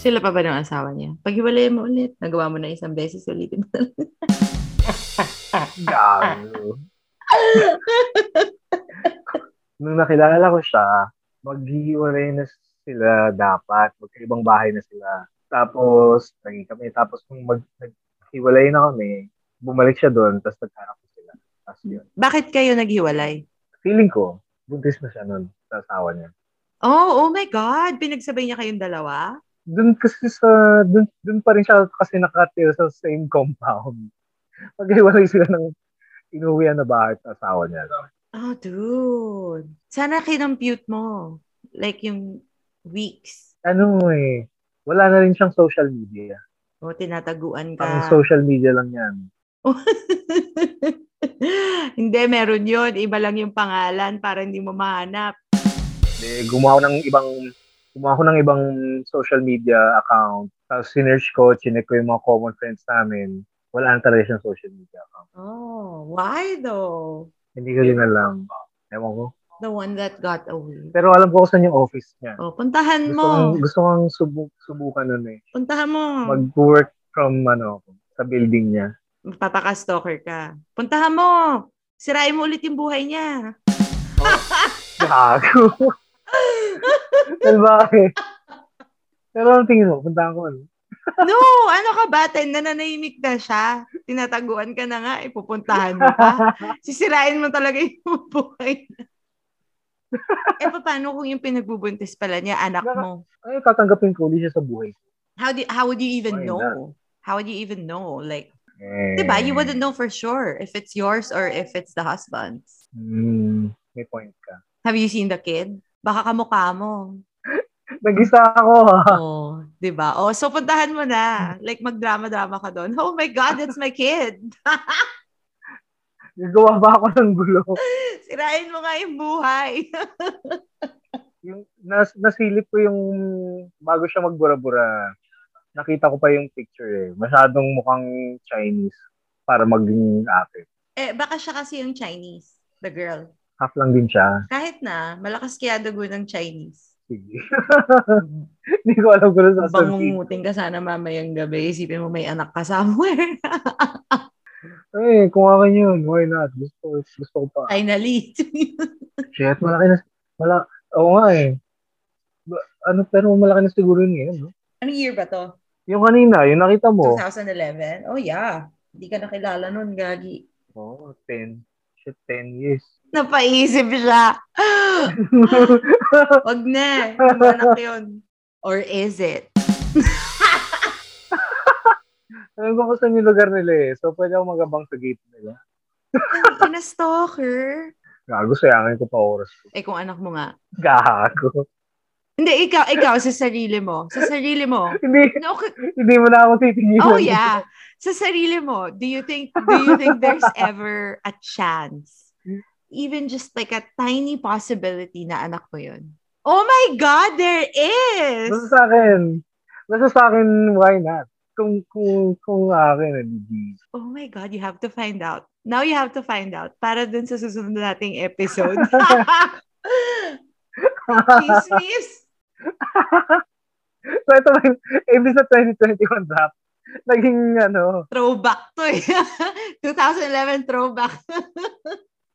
Speaker 2: Sila pa ba ng asawa niya? Paghiwalay mo ulit. Nagawa mo na isang beses, ulitin mo <laughs> na lang.
Speaker 3: Gago. Nung nakilala ko siya, maghihiwalay na sila dapat. Magkaibang bahay na sila. Tapos, naging kami. Tapos, nung mag, naghiwalay na kami, bumalik siya doon, tapos nagkaroon ko sila. Tapos yun.
Speaker 2: Bakit kayo naghiwalay?
Speaker 3: Feeling ko, buntis na siya noon sa asawa niya.
Speaker 2: Oh, oh my God! Pinagsabay niya kayong dalawa?
Speaker 3: Doon kasi sa, doon, doon pa rin siya kasi nakatira sa same compound. <laughs> Maghiwalay sila ng inuwian na bahay sa asawa niya.
Speaker 2: Oh, dude. Sana kinompute mo. Like yung weeks.
Speaker 3: ano eh, wala na rin siyang social media.
Speaker 2: O, tinataguan
Speaker 3: Ang
Speaker 2: ka.
Speaker 3: social media lang yan.
Speaker 2: <laughs> hindi, meron yun. Iba lang yung pangalan para hindi mo mahanap.
Speaker 3: De, Eh, gumawa ko ng ibang gumawa ko ng ibang social media account. Tapos sinerch ko, chinek ko yung mga common friends namin. Wala na talaga siyang social media account.
Speaker 2: Oh, why though?
Speaker 3: Hindi ko rin alam. Ewan ko.
Speaker 2: The one that got away.
Speaker 3: Pero alam ko kung saan yung office niya.
Speaker 2: Oh, puntahan
Speaker 3: Gusto kong,
Speaker 2: mo.
Speaker 3: gusto kong subuk, subukan nun eh.
Speaker 2: Puntahan mo.
Speaker 3: Mag-work from ano, sa building niya.
Speaker 2: Magpapaka-stalker ka. Puntahan mo. Sirain mo ulit yung buhay niya.
Speaker 3: Gago. Well, bakit? Pero ang tingin mo, punta ko ano?
Speaker 2: No! Ano ka ba? Ten, nananahimik na siya. Tinataguan ka na nga. Ipupuntahan mo pa. Sisirain mo talaga yung <laughs> buhay niya. eh, paano kung yung pinagbubuntis pala niya, anak mo?
Speaker 3: ay, Eh, tatanggapin ko ulit siya sa buhay.
Speaker 2: How, do, how would you even
Speaker 3: Why
Speaker 2: know? How would you even know? Like,
Speaker 3: Eh,
Speaker 2: di ba? Diba? You wouldn't know for sure if it's yours or if it's the husband's.
Speaker 3: Hmm, may point ka.
Speaker 2: Have you seen the kid? Baka kamukha mo.
Speaker 3: Nag-isa ako ha.
Speaker 2: Oh, 'di ba? Oh, so puntahan mo na. Like magdrama-drama ka doon. Oh my god, that's my kid.
Speaker 3: Nagawa ba ako ng gulo?
Speaker 2: Sirain mo nga yung buhay. <laughs>
Speaker 3: Yung, nas, nasilip ko yung bago siya magbura-bura. Nakita ko pa yung picture eh. Masyadong mukhang Chinese para maging atin.
Speaker 2: eh baka siya kasi yung Chinese, the girl.
Speaker 3: Half lang din siya.
Speaker 2: Kahit na malakas kaya dugo ng Chinese.
Speaker 3: Sige. <laughs> Hindi ko alam kung ano sasabihin.
Speaker 2: Bangungutin ka sana mamayang gabi, isipin mo may anak ka somewhere. <laughs>
Speaker 3: Eh, kung ako yun, why not? Gusto, gusto ko pa.
Speaker 2: Finally. <laughs>
Speaker 3: Shit, malaki na. Mala, oo nga eh. Ba- ano, pero malaki na siguro yun ngayon. No?
Speaker 2: Anong year ba to?
Speaker 3: Yung kanina, yung nakita mo.
Speaker 2: 2011? Oh yeah. Hindi ka nakilala nun, Gagi.
Speaker 3: Oo, 10. Oh, Shit, 10 years.
Speaker 2: Napaisip siya. Wag na. Yung anak yun. Or is it?
Speaker 3: Alam ko kung saan yung lugar nila eh. So, pwede ako magabang sa gate nila.
Speaker 2: Ang ina stalker.
Speaker 3: Gago, sayangin ko pa oras ko. <laughs>
Speaker 2: Eh kung anak mo nga.
Speaker 3: Gago.
Speaker 2: Hindi, ikaw, ikaw, sa sarili mo. Sa sarili mo.
Speaker 3: hindi,
Speaker 2: No, k-
Speaker 3: hindi mo na ako titingin.
Speaker 2: oh yeah. Sa sarili mo, do you think do you think there's ever a chance? Even just like a tiny possibility na anak mo yun. Oh my God, there is!
Speaker 3: Basta sa akin, basta sa akin, why not? Kung, kung, kung akin, hindi.
Speaker 2: Oh my God, you have to find out. Now you have to find out. Para dun sa susunod nating episode. Chismis!
Speaker 3: so, ito, <laughs> ibig sa 2021 rap, naging, ano,
Speaker 2: Throwback to eh. <laughs> 2011 throwback.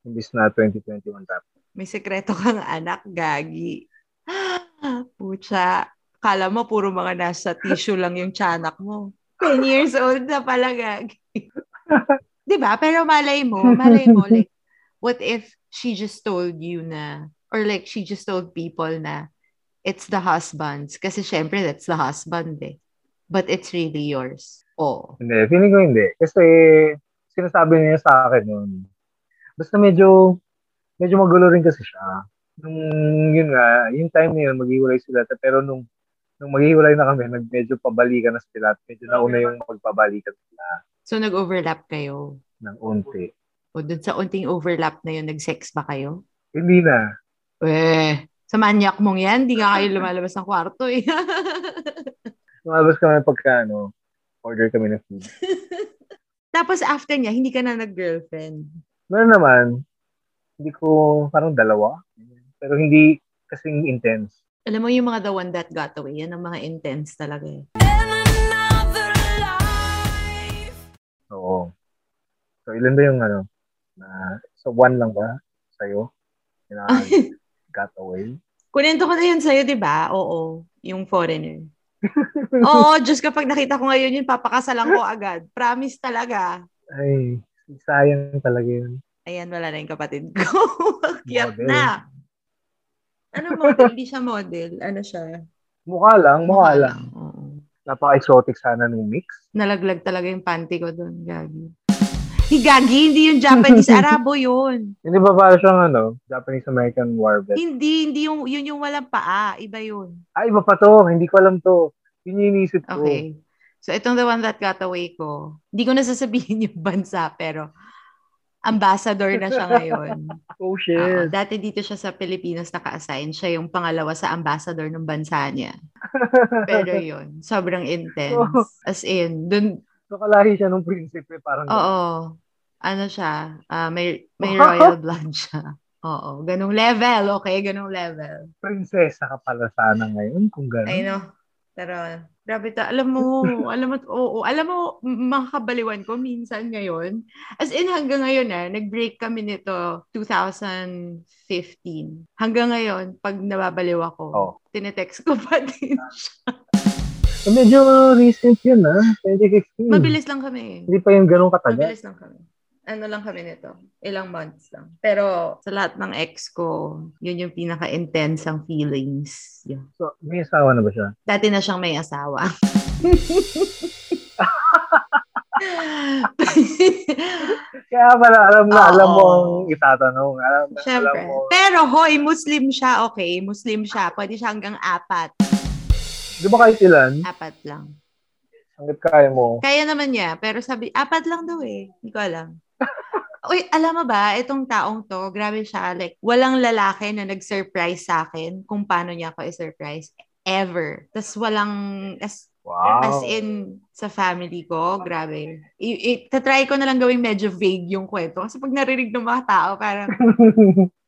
Speaker 3: imbis na 2021 rap.
Speaker 2: May sekreto kang anak, Gagi. <gasps> Pucha, kala mo puro mga nasa tissue lang yung tiyanak mo. 10 years old na pala, Gagi. <laughs> Di ba? Pero malay mo, malay mo, like, what if she just told you na, or like, she just told people na, it's the husband's. Kasi syempre, that's the husband eh. But it's really yours. Oh.
Speaker 3: Hindi, feeling ko hindi. Kasi, sinasabi niya sa akin noon. Basta medyo, medyo magulo rin kasi siya. Nung, yun nga, yung time na yun, maghiwalay sila. Pero nung, nung maghiwalay na kami, nag, medyo pabalikan na sila. at Medyo nauna yung pagpabalikan sila
Speaker 2: So, nag-overlap kayo.
Speaker 3: ng unti.
Speaker 2: O dun sa unting overlap na yun, nag-sex ba kayo?
Speaker 3: Hindi na.
Speaker 2: Eh, sa manyak mong yan, di
Speaker 3: <laughs>
Speaker 2: nga kayo lumalabas ng kwarto eh. <laughs>
Speaker 3: Lumabas kami pagka, ano, order kami ng food.
Speaker 2: Tapos after niya, hindi ka na nag-girlfriend.
Speaker 3: Meron naman, hindi ko, parang dalawa. Pero hindi kasing intense.
Speaker 2: Alam mo yung mga the one that got away, yan ang mga intense talaga eh.
Speaker 3: Oo. So, ilan ba yung ano? Na, so, one lang ba sa'yo? Na got away?
Speaker 2: Kunento ko na yun sa'yo, di ba? Oo, yung
Speaker 3: <laughs>
Speaker 2: foreigner. Oo, Diyos, kapag nakita ko ngayon yun, papakasalan ko agad. Promise talaga.
Speaker 3: Ay, sayang talaga yun.
Speaker 2: Ayan, wala na yung kapatid ko. <laughs> Cute
Speaker 3: Model.
Speaker 2: na. Ano model? Hindi siya model. Ano siya?
Speaker 3: Mukha lang, mukha lang.
Speaker 2: Oo.
Speaker 3: Napaka-exotic sana nung mix.
Speaker 2: nalaglag talaga yung panty ko doon, Gagi. Hey, Gagi, hindi yung Japanese Arabo yun.
Speaker 3: Hindi ba para siyang ano, Japanese-American war vet?
Speaker 2: Hindi, hindi yung, yun yung walang paa. Iba yun.
Speaker 3: Ay, iba pa to. Hindi ko alam to. Yun yung iniisip ko.
Speaker 2: Okay. So, itong the one that got away ko. Hindi ko nasasabihin <laughs> yung bansa, pero ambassador na siya ngayon.
Speaker 3: Oh,
Speaker 2: Oo,
Speaker 3: shit.
Speaker 2: dati dito siya sa Pilipinas naka-assign. Siya yung pangalawa sa ambassador ng bansa niya. Pero yun, sobrang
Speaker 3: Oh.
Speaker 2: intense. As in, dun,
Speaker 3: so, kalahi siya nung prinsipe. Parang
Speaker 2: Oo. Ano siya? ah, may may
Speaker 3: Wow.
Speaker 2: royal blood siya. Oo. Ganong level. Okay, ganong level.
Speaker 3: prinsesa ka pala sana ngayon.
Speaker 2: I
Speaker 3: Kung gano'n.
Speaker 2: know. Pero, grabe to. Alam mo, alam mo, oo. Alam mo, m- mga kabaliwan ko minsan ngayon. As in, hanggang ngayon na, nag-break kami nito 2015. Hanggang ngayon, pag nababaliw ako,
Speaker 3: Oh. Hmm.
Speaker 2: tinetext ko pa din siya.
Speaker 3: Eh, medyo recent yun, ah. 2015.
Speaker 2: Mabilis lang kami.
Speaker 3: Hindi pa yung ganun katagal.
Speaker 2: Mabilis lang kami. Ano lang kami nito. Ilang months lang. Pero sa lahat ng ex ko, yun yung pinaka-intense ang feelings. Yun.
Speaker 3: So, may asawa na ba siya?
Speaker 2: Dati na siyang may asawa. <laughs>
Speaker 3: Kaya pala, alam na,
Speaker 2: Oo.
Speaker 3: alam mo ang itatanong. Alam na,
Speaker 2: Siyempre.
Speaker 3: alam mo.
Speaker 2: Pero hoy, Muslim siya, okay? Muslim siya. Pwede siya hanggang apat.
Speaker 3: Di ba kahit ilan?
Speaker 2: Apat lang.
Speaker 3: Hanggat kaya mo.
Speaker 2: Kaya naman niya, pero sabi, apat lang daw eh. Hindi ko alam. <laughs> Uy, alam mo ba, itong taong to, grabe siya, like, walang lalaki na nag-surprise sa akin kung paano niya ako i-surprise ever. Tapos walang, as, as
Speaker 3: Wow.
Speaker 2: in, sa family ko, grabe. I- I- tatry ko na lang gawing medyo vague yung kwento. Kasi pag narinig ng mga tao, parang,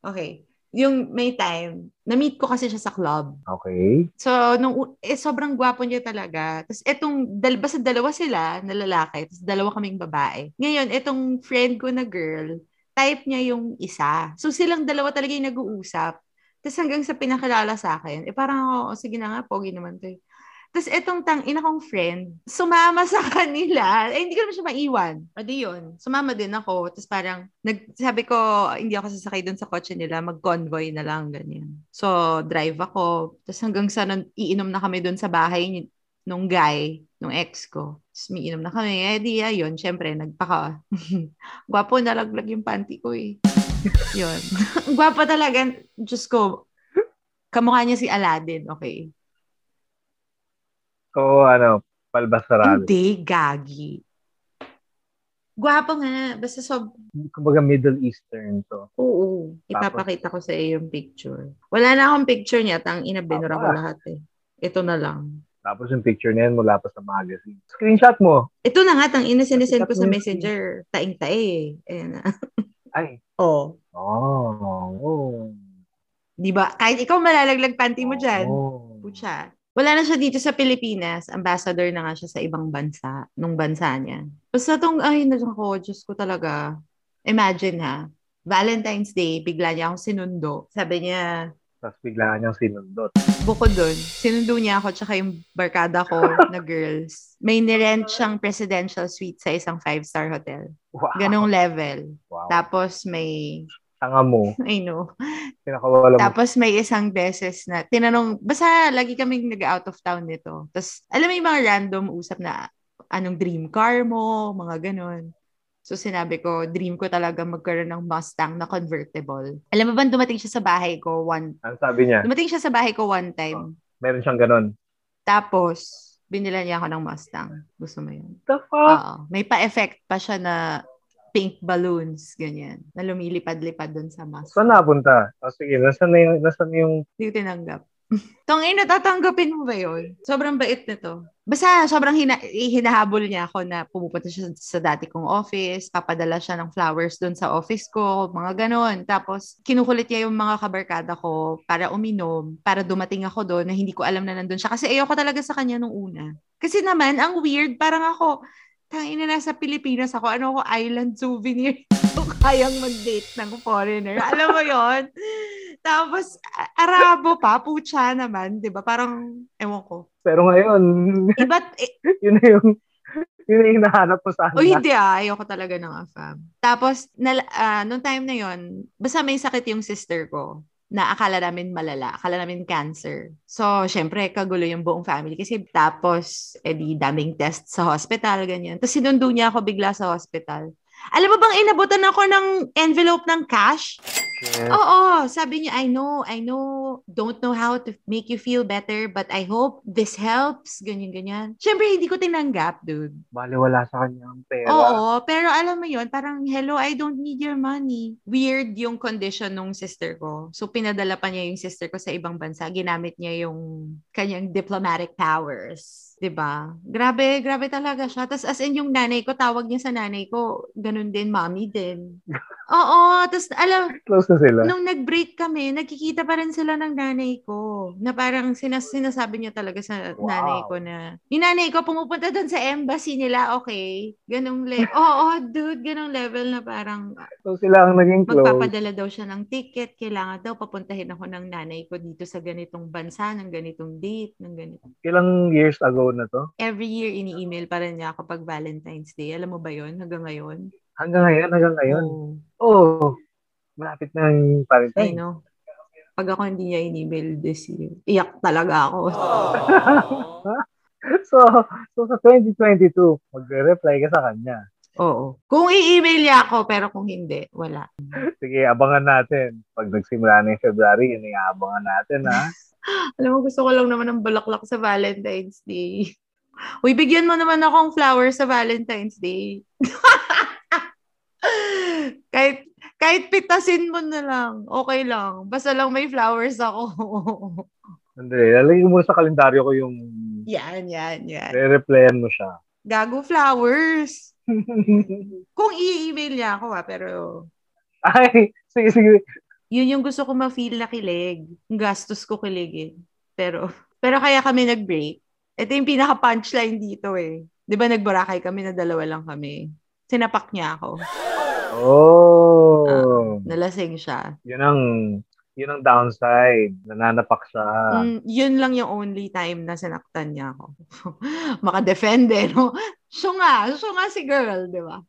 Speaker 2: okay. Yung may time, na-meet ko kasi siya sa club.
Speaker 3: okay.
Speaker 2: So, nung, eh, sobrang gwapo niya talaga. Tapos, etong, dal, basta dalawa sila na lalaki, tapos dalawa kaming babae. Ngayon, etong friend ko na girl, type niya yung isa. So, silang dalawa talaga yung nag-uusap. Tapos hanggang sa pinakilala sa akin, eh parang ako, oh, sige na nga, pogi naman to eh. Tapos etong tang ina kong friend, sumama sa <laughs> kanila. Eh, hindi ko naman siya maiwan. O di yun. Sumama din ako. Tapos parang, nag, sabi ko, hindi ako sasakay dun sa kotse nila. Mag-convoy na lang, ganyan. So, drive ako. Tapos hanggang sa nun, iinom na kami dun sa bahay ni- nung guy, nung ex ko. Tapos umiinom na kami. Eh, di, ayun. Siyempre, nagpaka. <laughs> Gwapo, nalaglag yung panty ko eh. yun. <laughs> Gwapo talaga. Diyos ko, kamukha niya si Aladdin, okay?
Speaker 3: Oo, ano, palbasarado.
Speaker 2: Hindi, gagi. Gwapo nga. Basta sob...
Speaker 3: Kumbaga Middle Eastern to.
Speaker 2: Oo. Ipapakita ko sa iyo yung picture. Wala na akong picture niya. Tang ina, binura ko
Speaker 3: Tama.
Speaker 2: lahat eh. Ito na lang.
Speaker 3: Tapos yung picture na yan mula pa sa magazine. Screenshot mo.
Speaker 2: Ito na nga, tang ina, sinesend ko sa
Speaker 3: Sikat mo yun.
Speaker 2: messenger. Taing-tae eh. Ayan na.
Speaker 3: Ay.
Speaker 2: Oo.
Speaker 3: Oo. Oh,
Speaker 2: Di ba? Kahit ikaw malalaglag panty mo dyan.
Speaker 3: Oh.
Speaker 2: Pucha. Wala na siya dito sa Pilipinas. Ambassador na nga siya sa ibang bansa. Nung bansa niya. Basta tong, ay, nako, Diyos ko talaga. Imagine ha. Valentine's Day, bigla niya akong sinundo. Sabi niya,
Speaker 3: Tapos biglaan niyang sinundot.
Speaker 2: bukod doon, sinundo niya ako tsaka yung barkada ko na girls. May nirent siyang presidential suite sa isang five-star hotel.
Speaker 3: Wow.
Speaker 2: Ganong level.
Speaker 3: Wow.
Speaker 2: Tapos may,
Speaker 3: Tanga mo.
Speaker 2: I know.
Speaker 3: Pinakawala mo.
Speaker 2: Tapos may isang beses na, tinanong, basta lagi kaming nag-out of town nito. Tapos, alam mo yung mga random usap na, anong dream car mo, mga ganon. So sinabi ko, dream ko talaga magkaroon ng Mustang na convertible. Alam mo ba, dumating siya sa bahay ko one,
Speaker 3: Ang sabi niya,
Speaker 2: dumating siya sa bahay ko one time.
Speaker 3: meron siyang ganun.
Speaker 2: Tapos, binila niya ako ng Mustang. Gusto mo yun?
Speaker 3: The fuck?
Speaker 2: Oo. May pa-effect pa siya na pink balloons, ganyan. Na lumilipad-lipad dun sa
Speaker 3: Saan
Speaker 2: Mustang.
Speaker 3: napunta? Oh, sige, nasaan na yung, nasaan na yung
Speaker 2: Hindi ko tinanggap. <laughs> Tong ina, tatanggapin mo ba yun? Sobrang bait nito. Basta sobrang hina- hinahabol niya ako na pumupunta siya sa dati kong office, papadala siya ng flowers doon sa office ko, mga ganon. Tapos kinukulit niya yung mga kabarkada ko para uminom, para dumating ako doon na hindi ko alam na nandun siya. Kasi ayoko talaga sa kanya nung una. Kasi naman, ang weird, parang ako, tangina na sa Pilipinas ako, ano ako, island souvenir. <laughs> Hindi kayang mag-date ng foreigner. Alam mo yon <laughs> Tapos, a- Arabo pa, pucha naman, di ba? Parang, ewan ko.
Speaker 3: Pero ngayon,
Speaker 2: Iba't, eh,
Speaker 3: yun na yung, <laughs> yun na yung hinahanap ko sana.
Speaker 2: o hindi ah, ayoko talaga ng AFAB. Tapos, nal, ah, nung time na yon basta may sakit yung sister ko na akala namin malala, akala namin cancer. So, syempre, kagulo yung buong family kasi tapos, edi daming test sa hospital, ganyan. Tapos, sinundo niya ako bigla sa hospital. Alam mo bang inabutan ako ng envelope ng cash?
Speaker 3: Shit.
Speaker 2: Oh. Oo, sabi niya, I know, I know, don't know how to make you feel better, but I hope this helps, ganyan-ganyan. Siyempre, hindi ko tinanggap, dude.
Speaker 3: Bale, wala sa kanya ang pera.
Speaker 2: Oo, pero alam mo yon parang, hello, I don't need your money. Weird yung condition nung sister ko. So, pinadala pa niya yung sister ko sa ibang bansa. Ginamit niya yung kanyang diplomatic powers. 'Di ba? Grabe, grabe talaga siya. Tapos as in yung nanay ko, tawag niya sa nanay ko, ganun din, mommy din. Oo, tapos alam,
Speaker 3: Close na sila.
Speaker 2: Nung nag-break kami, nagkikita pa rin sila ng nanay ko. Na parang sinas sinasabi niya talaga sa
Speaker 3: Wow.
Speaker 2: nanay ko na, yung nanay ko pumupunta doon sa embassy nila, okay? Ganong level. <laughs> Oo, dude, ganong level na parang
Speaker 3: So sila ang naging close.
Speaker 2: magpapadala daw siya ng ticket, kailangan daw papuntahin ako ng nanay ko dito sa ganitong bansa, ng ganitong date, ng ganito.
Speaker 3: Ilang years ago na to?
Speaker 2: Every year, ini-email pa rin niya ako pag Valentine's Day. Alam mo ba yon hanggang ngayon?
Speaker 3: Hanggang ngayon, hanggang ngayon.
Speaker 2: Oo.
Speaker 3: Oo. Oh, malapit na yung
Speaker 2: I
Speaker 3: Valentine.
Speaker 2: know. Pag ako hindi niya in-email this year, iyak talaga ako.
Speaker 3: <laughs> So, so sa 2022, magre-reply ka sa kanya.
Speaker 2: Oo. Kung i-email niya ako, pero kung hindi, wala.
Speaker 3: Sige, abangan natin. Pag nagsimula na yung February, yun yung abangan natin,
Speaker 2: <laughs>
Speaker 3: ha?
Speaker 2: Alam mo, gusto ko lang naman ng bulaklak sa Valentine's Day. <laughs> Uy, bigyan mo naman akong flowers sa Valentine's Day. <laughs> kahit, kahit pitasin mo na lang, okay lang. Basta lang may flowers ako. <laughs>
Speaker 3: Andali, lalagay ko muna sa kalendaryo ko yung
Speaker 2: yan, yan, yan.
Speaker 3: re-replyan mo
Speaker 2: <laughs>
Speaker 3: siya.
Speaker 2: Gago flowers. Kung i-email niya ako ha, pero
Speaker 3: Ay, sige, sige.
Speaker 2: yun yung gusto ko ma-feel na kilig. Ang Gastos ko kiligin. Pero, <laughs> pero kaya kami nag-break. Ito yung pinaka-punchline dito eh. Di ba nagbarakay kami na dalawa lang kami? Sinapak niya ako.
Speaker 3: Oh.
Speaker 2: Nalasing siya.
Speaker 3: yun ang Yun ang downside. Nananapak siya.
Speaker 2: Mm, yun lang yung only time na sinaktan niya ako. <laughs> Makadefend eh, no? Siya nga, siya nga si girl, di ba?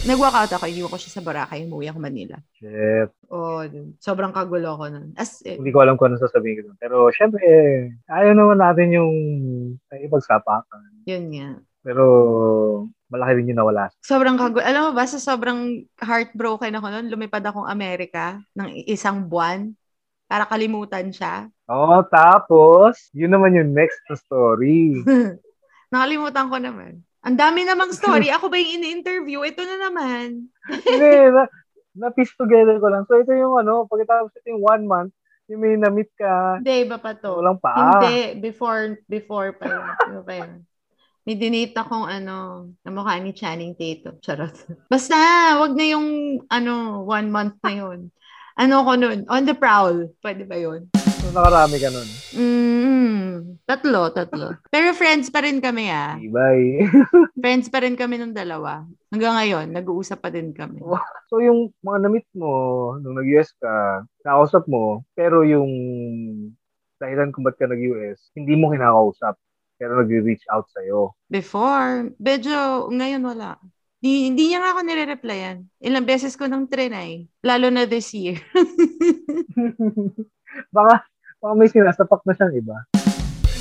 Speaker 2: Nag-walkout ako, iniwan ko siya sa Boracay, umuwi ako Manila.
Speaker 3: Shit.
Speaker 2: Oh, sobrang kagulo ko nun. As in,
Speaker 3: Hindi ko alam kung ano sasabihin ko. dun. Pero syempre, eh, ayaw naman natin yung ay, ipagsapakan.
Speaker 2: yun nga.
Speaker 3: Pero malaki rin yung nawala.
Speaker 2: Sobrang kagulo. Alam mo ba, sa sobrang heartbroken ako nun, lumipad akong Amerika ng isang buwan para kalimutan siya.
Speaker 3: Oo, Oh, tapos, yun naman yung next na
Speaker 2: <laughs>
Speaker 3: story.
Speaker 2: Nakalimutan ko naman. Ang dami namang story. Ako ba yung ini-interview? Ito na naman.
Speaker 3: Hindi, na, na-piece together ko lang. So, ito yung ano, pagkatapos ito yung one month, yung may na-meet ka,
Speaker 2: Hindi, iba pa to.
Speaker 3: walang paa.
Speaker 2: Hindi, before, before pa yun. Iba pa yun. May dinate akong ano, na mukha ni Channing Tatum. Charot. Basta, wag na yung ano, one month na yun. Ano ko nun? On the prowl. Pwede ba yun?
Speaker 3: So, nakarami ka nun.
Speaker 2: Mm, tatlo, tatlo. Pero friends pa rin kami ah.
Speaker 3: Ibay.
Speaker 2: Friends pa rin kami ng dalawa. Hanggang ngayon, nag-uusap pa din kami.
Speaker 3: So, yung mga na-meet mo, nung nag-US ka, nakausap mo, pero yung dahilan kung ba't ka nag-US, hindi mo kinakausap, pero nag-reach out sa'yo.
Speaker 2: Before, medyo ngayon wala. Di, hindi niya nga ako nire-replyan. Ilang beses ko nang trinay. Lalo na this year. <laughs>
Speaker 3: baka, baka may sinasapak na siyang iba.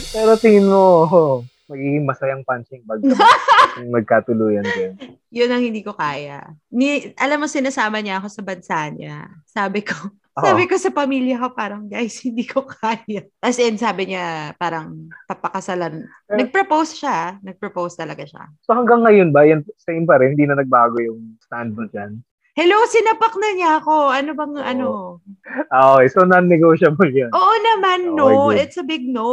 Speaker 3: Pero tingin mo, magiging masayang punching bag ka kung magkatuluyan kayo.
Speaker 2: Yun ang hindi ko kaya. Ni, alam mo, sinasama niya ako sa bansa niya. Sabi ko,
Speaker 3: Oo.
Speaker 2: sabi ko sa pamilya ko, parang, guys, hindi ko kaya. As in, sabi niya, parang, papakasalan.
Speaker 3: Eh.
Speaker 2: Nag-propose siya. Nag-propose talaga siya.
Speaker 3: So hanggang ngayon ba, yan, same pa rin, hindi na nagbago yung stand mo dyan?
Speaker 2: Hello, sinapak na niya ako. Ano bang,
Speaker 3: Oo.
Speaker 2: ano?
Speaker 3: Ah, okay, so non-negotiable yun.
Speaker 2: Oo naman,
Speaker 3: Okay,
Speaker 2: no.
Speaker 3: good.
Speaker 2: It's a big no.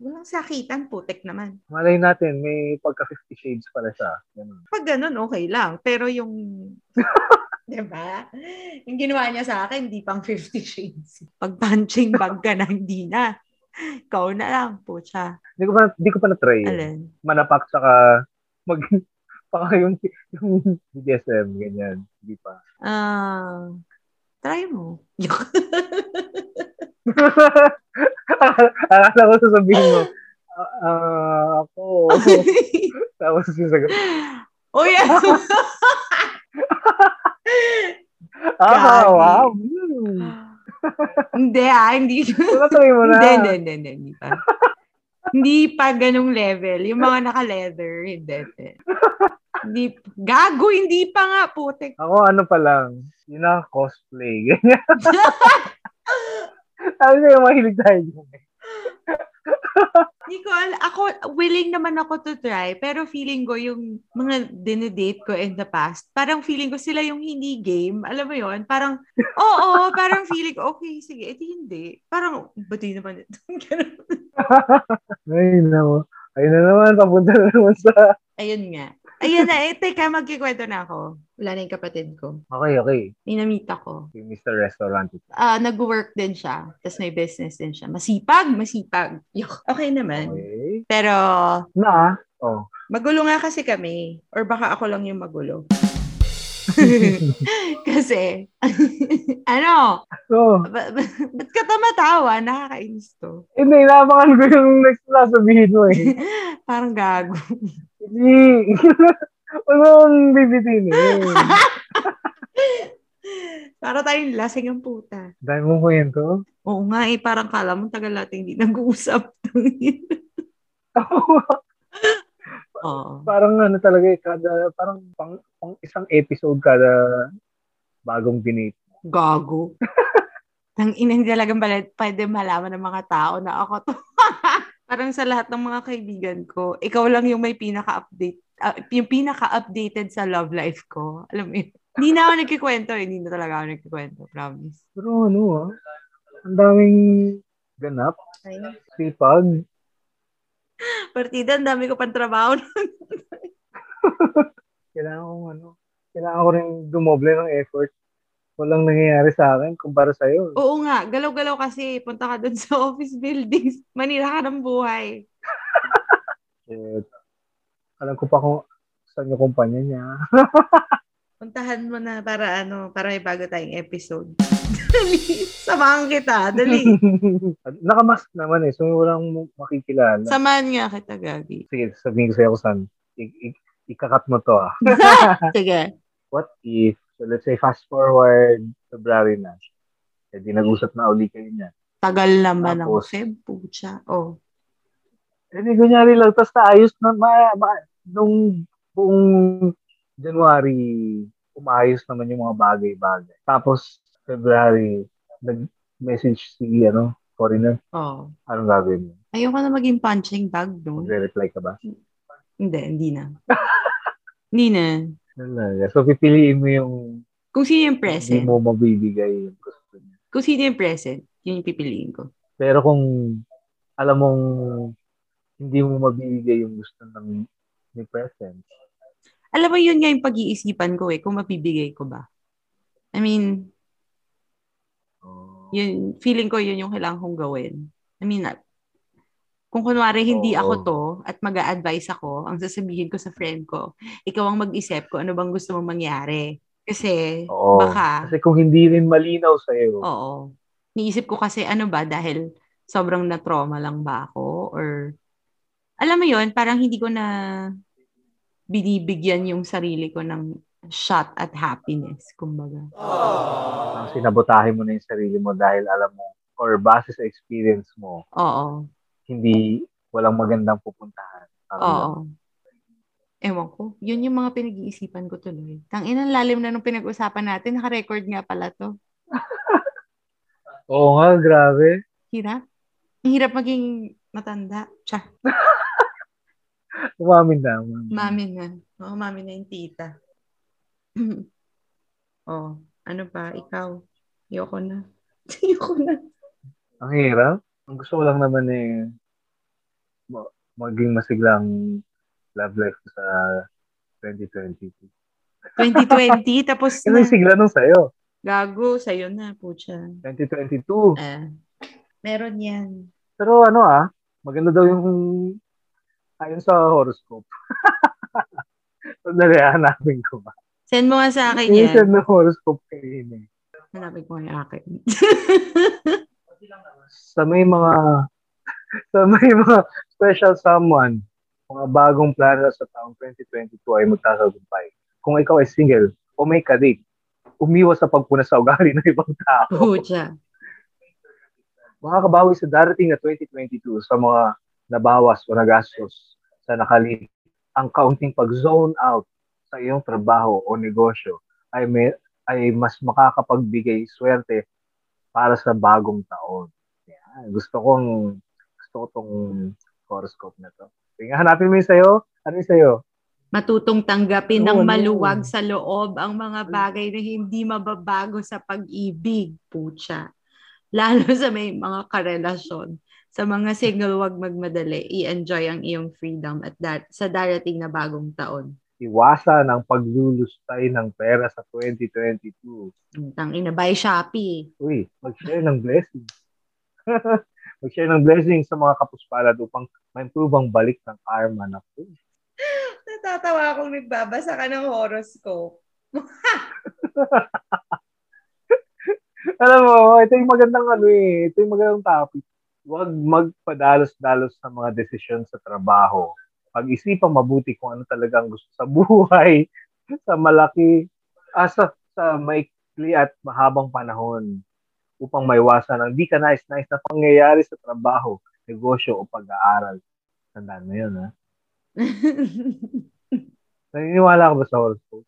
Speaker 2: Walang sakitan, putek naman.
Speaker 3: Malay natin, may pagka 50 shades pala siya. Ganun.
Speaker 2: Pag ganun, okay lang. Pero yung, <laughs> di ba? Yung ginawa niya sa akin, hindi pang 50 shades. Pag punching bag ka na, hindi na. Ikaw na lang, pucha.
Speaker 3: Hindi ko pa, hindi ko pa na-try yun.
Speaker 2: Alin?
Speaker 3: Manapak tsaka mag, <laughs> baka yung, yung BDSM, ganyan. Hindi pa. <laughs>
Speaker 2: Ah, try mo.
Speaker 3: Akala ko sasabihin mo, ah, ah, ako. <laughs> Tapos yung sagot, <laughs>
Speaker 2: Uy, <laughs> ano?
Speaker 3: ah,
Speaker 2: Gagi.
Speaker 3: wow. Hmm.
Speaker 2: hindi ah, hindi.
Speaker 3: So, na-try mo na.
Speaker 2: Hindi, hindi, hindi, hindi, hindi pa. hindi pa ganung level. Yung mga naka-leather, hindi, hindi. Hindi, gago, hindi pa nga, putek.
Speaker 3: Ako ano pa lang, yun na cosplay. <laughs>
Speaker 2: <laughs>
Speaker 3: Ganyan. Sabi sa'yo, mahilig tayo. dyan.
Speaker 2: Nicole, ako, willing naman ako to try, pero feeling ko yung mga dinedate ko in the past, parang feeling ko sila yung hindi game. Alam mo yon Parang, <laughs> oo, parang feeling ko, okay, sige, edi hindi. Parang, ba't di naman ito? <laughs> Ganun.
Speaker 3: Ay, nako. Ayun na naman, papunta na naman sa...
Speaker 2: Ayun nga. Ayun na, eh, teka, magkikwento na ako. Wala na yung kapatid ko.
Speaker 3: Okay, okay.
Speaker 2: Minamita ko.
Speaker 3: Yung Mr. Restaurant.
Speaker 2: Ah, nag-work din siya. Tapos may business din siya. Masipag, masipag. Yuck. Okay naman.
Speaker 3: Okay.
Speaker 2: Pero,
Speaker 3: Na, oh.
Speaker 2: Magulo nga kasi kami. Or baka ako lang yung magulo. <laughs> kasi, <laughs> ano,
Speaker 3: So,
Speaker 2: ba- ba- ba't ka tumatawa? Nakakainis to.
Speaker 3: hindi, inabangan ko yung next na sabihin mo eh.
Speaker 2: Parang gago.
Speaker 3: Hindi. Anong bibitin eh.
Speaker 2: Para tayong lasing ang puta.
Speaker 3: Dahil mo po yun <laughs> to?
Speaker 2: Oo nga eh, parang kala mo tagal natin hindi nag-uusap. <laughs> Oo.
Speaker 3: parang ano talaga eh, kada, parang pang, pang isang episode kada bagong dinate.
Speaker 2: <laughs> Gago. Ang ina, hindi talagang bala- pwede malaman ng mga tao na ako to. <laughs> Parang sa lahat ng mga kaibigan ko, ikaw lang yung may pinaka-update, ah, yung pinaka-updated sa love life ko. Alam mo <laughs> yun. Hindi na ako nagkikwento. eh. Hindi na talaga ako nagkikwento. Promise.
Speaker 3: Pero ano ah, ang daming ganap, sipag.
Speaker 2: Partida, ang dami ko pang trabaho. <laughs>
Speaker 3: Kailangan ko ano, kailangan ko rin dumoble ng effort. Walang nangyayari sa akin kumpara sa'yo.
Speaker 2: Oo nga, galaw-galaw kasi. Punta ka doon sa <laughs> office buildings. Manila ka ng buhay.
Speaker 3: Eh, Shit. Alam ko pa kung saan yung kumpanya niya.
Speaker 2: Puntahan mo na para ano, para may bago tayong episode. <laughs> dali, samahan kita, <laughs> dali.
Speaker 3: Nakamask naman eh, so walang makikilala.
Speaker 2: Samahan nga kita, Gagi.
Speaker 3: <laughs> Sige, sabihin ko sa'yo kung saan. I- i- ikakat mo to ah.
Speaker 2: Sige.
Speaker 3: What if, so let's say fast forward, February na. Eh di nag-usap na uli kayo niya.
Speaker 2: Tagal naman ako,
Speaker 3: Tapos-
Speaker 2: Feb, pucha. Oh.
Speaker 3: Eh di kunyari lang, tapos naayos na, ma, ma, nung buong January, umayos naman yung mga bagay-bagay. Tapos, February, nag-message si, ano, foreigner,
Speaker 2: Oh.
Speaker 3: anong gagawin mo?
Speaker 2: Ayoko na maging punching bag doon.
Speaker 3: Magre-reply ka ba?
Speaker 2: Hindi, hindi
Speaker 3: <laughs>
Speaker 2: na. hindi na.
Speaker 3: Talaga. So, pipiliin mo yung
Speaker 2: Kung sino yung
Speaker 3: hindi
Speaker 2: present,
Speaker 3: mo mabibigay yung gusto niya.
Speaker 2: kung sino yung present, yun yung pipiliin ko.
Speaker 3: Pero kung alam mong hindi mo mabibigay yung gusto ng ni present,
Speaker 2: Alam mo, yun nga yung pag-iisipan ko eh, kung mapibigay ko ba. I mean,
Speaker 3: oh,
Speaker 2: yun, feeling ko yun yung kailangan kong gawin. I mean, at- kung kunwari hindi
Speaker 3: Oo.
Speaker 2: ako to at mag advise ako, ang sasabihin ko sa friend ko, ikaw ang mag-isip ko ano bang gusto mong mangyari. Kasi,
Speaker 3: Oo.
Speaker 2: baka,
Speaker 3: Kasi kung hindi rin malinaw sa'yo,
Speaker 2: oo. Niisip ko kasi ano ba, dahil sobrang na-trauma lang ba ako? Or, alam mo yun, parang hindi ko na binibigyan yung sarili ko ng shot at happiness, kumbaga.
Speaker 3: parang sinabotahe mo na yung sarili mo dahil alam mo, or base sa experience mo,
Speaker 2: Oo.
Speaker 3: hindi, walang magandang pupuntahan. Parang ganun.
Speaker 2: Oo. Ewan ko. Yun yung mga pinag-iisipan ko tuloy. Tang inang lalim na nung pinag-usapan natin. Naka-record nga pala to.
Speaker 3: Oo nga, grabe.
Speaker 2: Hirap. Ang hirap maging matanda. Tsa,
Speaker 3: Umamin na. umamin.
Speaker 2: mami na. Oo, mami na yung tita. <laughs> oh, ano pa? Ikaw? Ayoko na. <laughs> Ayoko na.
Speaker 3: Ang hirap. Ang gusto ko lang naman eh, ma- maging masiglang love life ko sa 2022.
Speaker 2: <laughs> 2020, tapos
Speaker 3: Kasi
Speaker 2: na.
Speaker 3: sigla nung sa'yo.
Speaker 2: Gago, sa'yo na, pucha.
Speaker 3: 2022.
Speaker 2: Ah, meron yan.
Speaker 3: Pero ano ah, maganda daw yung ayon sa horoscope. <laughs> Sandali, hanapin ko ba?
Speaker 2: Send mo nga sa akin yan.
Speaker 3: Minsan na horoscope kanina. eh.
Speaker 2: Hanapin ko yung akin.
Speaker 3: Sa may mga, <laughs> sa may mga special someone, mga bagong plano sa taong 2022 ay magsasagumpay. Kung ikaw ay single o may kadik, umiwas sa pagpuna sa ugali ng ibang tao.
Speaker 2: <laughs> pucha.
Speaker 3: makakabawi sa darating na 2022 sa mga nabawas o nagastos sa nakalit. Ang kaunting pag-zone out sa iyong trabaho o negosyo ay, may, ay mas makakapagbigay swerte para sa bagong taon. Yan. Gusto kong gusto ko tong horoscope na to. Tingnan, hanapin mo yung sa'yo. Ano yung sa'yo?
Speaker 2: Matutong tanggapin
Speaker 3: Oo,
Speaker 2: ng
Speaker 3: ano?
Speaker 2: maluwag sa loob ang mga bagay na hindi mababago sa pag-ibig, pucha. Lalo sa may mga karelasyon. Sa mga single, wag magmadali. I-enjoy ang iyong freedom at dar- sa darating na bagong taon.
Speaker 3: Iwasan ang paglulustay ng pera sa 2022.
Speaker 2: Tang ina, by Shopee.
Speaker 3: Uy, mag-share ng blessing. <laughs> mag-share ng blessing sa mga kapuspalad upang ma-improve ang balik ng karma na po.
Speaker 2: Natatawa akong nagbabasa ka ng horoscope.
Speaker 3: <laughs> Alam mo, ito yung magandang ano eh. Ito yung magandang topic. Huwag magpadalos-dalos sa mga desisyon sa trabaho. Pag-isipan mabuti kung ano talaga ang gusto sa <laughs> buhay, sa malaki, ah, sa, sa maikli at mahabang panahon upang maiwasan ang di ka nais-nais na pangyayari sa trabaho, negosyo o pag-aaral. Tandaan mo yun, ha? Naniniwala ka ba sa horoscope?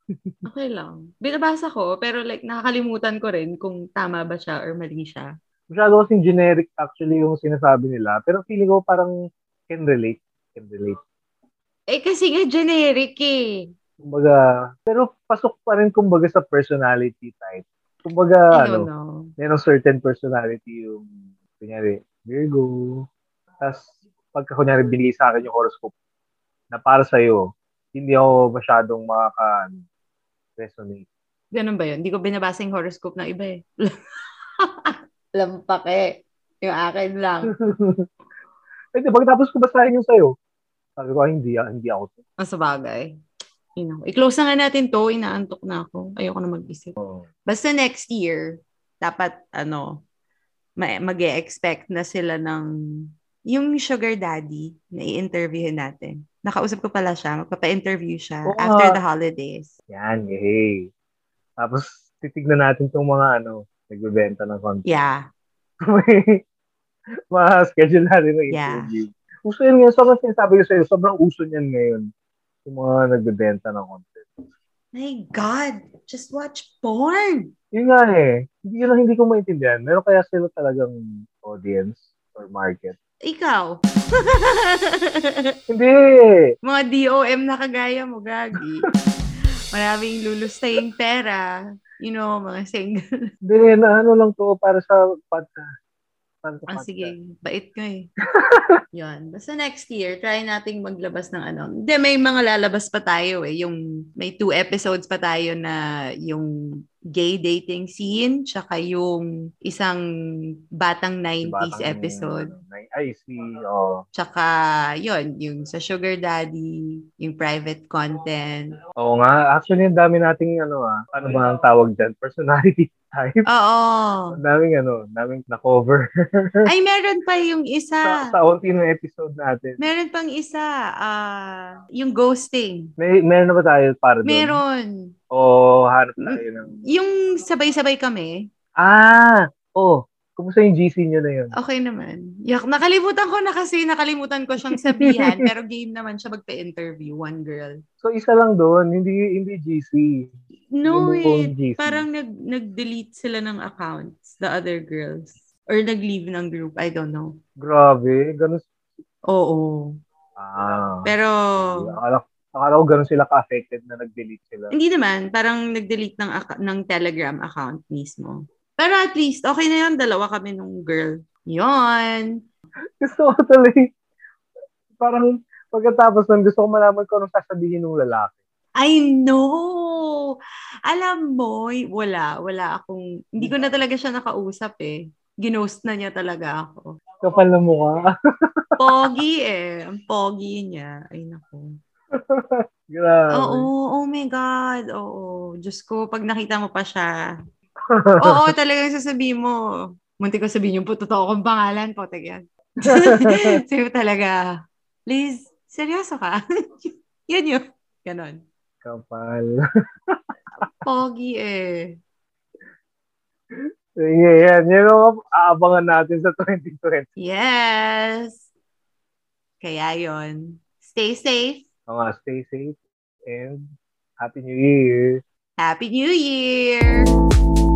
Speaker 2: <laughs> okay lang. Binabasa ko, pero like nakakalimutan ko rin kung tama ba siya or mali siya.
Speaker 3: Masyado kasing generic actually yung sinasabi nila. Pero feeling ko parang can relate. Can relate.
Speaker 2: Eh, kasi nga generic eh.
Speaker 3: Kumbaga, pero pasok pa rin kumbaga sa personality type. Kumbaga,
Speaker 2: I
Speaker 3: ano,
Speaker 2: don't know.
Speaker 3: merong certain personality yung, kunyari, Virgo. Tapos, pagka kunyari, binigay sa akin yung horoscope na para sa'yo, hindi ako masyadong makaka-resonate.
Speaker 2: Ganun ba yun? Hindi ko binabasa yung horoscope ng iba eh. <laughs> Lampak eh. Yung akin <laughs> lang.
Speaker 3: Eh, di, pagkatapos ko basahin yung sa'yo, sabi ko, "Ay, ah, hindi, ah, hindi ako to.
Speaker 2: Ang sabagay. You know, i-close na nga natin to. Inaantok na ako. Ayoko na mag-isip.
Speaker 3: Oo.
Speaker 2: Basta next year, dapat ano, mag expect na sila ng yung sugar daddy na i-interviewin natin. Nakausap ko pala siya. Magpapa-interview siya
Speaker 3: Oo nga.
Speaker 2: after the holidays.
Speaker 3: Yan, yay. Tapos, <laughs> titignan natin tong mga ano, nagbebenta ng content. <laughs>
Speaker 2: Yeah.
Speaker 3: Ma-schedule natin ng
Speaker 2: Yeah.
Speaker 3: interview. Uso yun ngayon. Sobrang sinasabi ko sa'yo, sobrang uso niyan ngayon. Yung mga nagbebenta ng content.
Speaker 2: My God! Just watch porn!
Speaker 3: Yun nga eh. Hindi yun lang hindi ko maintindihan. Meron kaya sila talagang audience or market?
Speaker 2: Ikaw.
Speaker 3: Hindi!
Speaker 2: Mga DOM na kagaya mo, Gagi. Maraming lulustaying pera. You know, mga single.
Speaker 3: Hindi na ano lang to para sa podcast. Para sa
Speaker 2: Ang
Speaker 3: podcast.
Speaker 2: Ah, sige, bait ka eh. Yun. Basta next year, try nating maglabas ng ano. Hindi, may mga lalabas pa tayo eh. Yung, may two episodes pa tayo na yung gay dating scene, tsaka yung isang batang 90s
Speaker 3: Batang- ano.
Speaker 2: episode.
Speaker 3: Ay, si, oh.
Speaker 2: Tsaka, yun, yung sa Sugar Daddy, yung private content.
Speaker 3: Oo nga, actually, ang dami nating, ano ah, ano ba ang tawag dyan? Personality <laughs> type.
Speaker 2: Oo.
Speaker 3: Ang daming, ano, daming na-cover
Speaker 2: Ay, meron pa yung
Speaker 3: sa,
Speaker 2: isa.
Speaker 3: sa unti ng episode natin.
Speaker 2: Meron pang isa. ah yung ghosting.
Speaker 3: May, meron na ba tayo para doon?
Speaker 2: Meron. Mm.
Speaker 3: O hanap tayo ng...
Speaker 2: Yung sabay-sabay kami,
Speaker 3: Ah! Oh, kumusta yung GC nyo na yun?
Speaker 2: okay naman. Yak, nakalimutan ko na kasi, nakalimutan ko siyang
Speaker 3: <laughs>
Speaker 2: sabihan, pero game naman siya magpa-interview, one girl.
Speaker 3: So, isa lang doon, hindi hindi GC.
Speaker 2: No,
Speaker 3: Yung buong
Speaker 2: eh.
Speaker 3: GC.
Speaker 2: Parang nag, nag-delete sila ng accounts, the other girls. Or nag-leave ng group, I don't know.
Speaker 3: Grabe, ganun...
Speaker 2: Oo.
Speaker 3: Ah.
Speaker 2: Pero,
Speaker 3: Akala, akala ko ganun sila ka-affected na nag-delete sila. <laughs>
Speaker 2: Hindi naman, parang nag-delete ng, acc- ng Telegram account mismo. Pero at least, okay na yun, dalawa kami nung girl. Yun.
Speaker 3: Gusto ko tuloy. Parang pagkatapos nun, gusto ko malaman ko anong sasabihin ng lalaki.
Speaker 2: I know! Alam mo, y- wala, wala akong, hindi ko na talaga siya nakausap eh. Ginost na niya talaga ako.
Speaker 3: Kapal na mukha. <laughs>
Speaker 2: Pogi eh. Ang pogi niya. Ay, naku.
Speaker 3: Grabe.
Speaker 2: Oo, oh my God. Oo. Diyos ko, pag nakita mo pa siya. Oo, talagang sasabihin mo. Munti ko sabihin yung po, totoo kong pangalan po. Tagyan. Sabi mo talaga, Liz, seryoso ka? <laughs> yan yun. Ganon.
Speaker 3: Kapal. <laughs>
Speaker 2: Pogi eh.
Speaker 3: Sige, yan. Yan ang aabangan natin sa 2020.
Speaker 2: Yes. Kaya yon. Stay safe.
Speaker 3: Mga stay safe and Happy New Year!
Speaker 2: Happy New Year!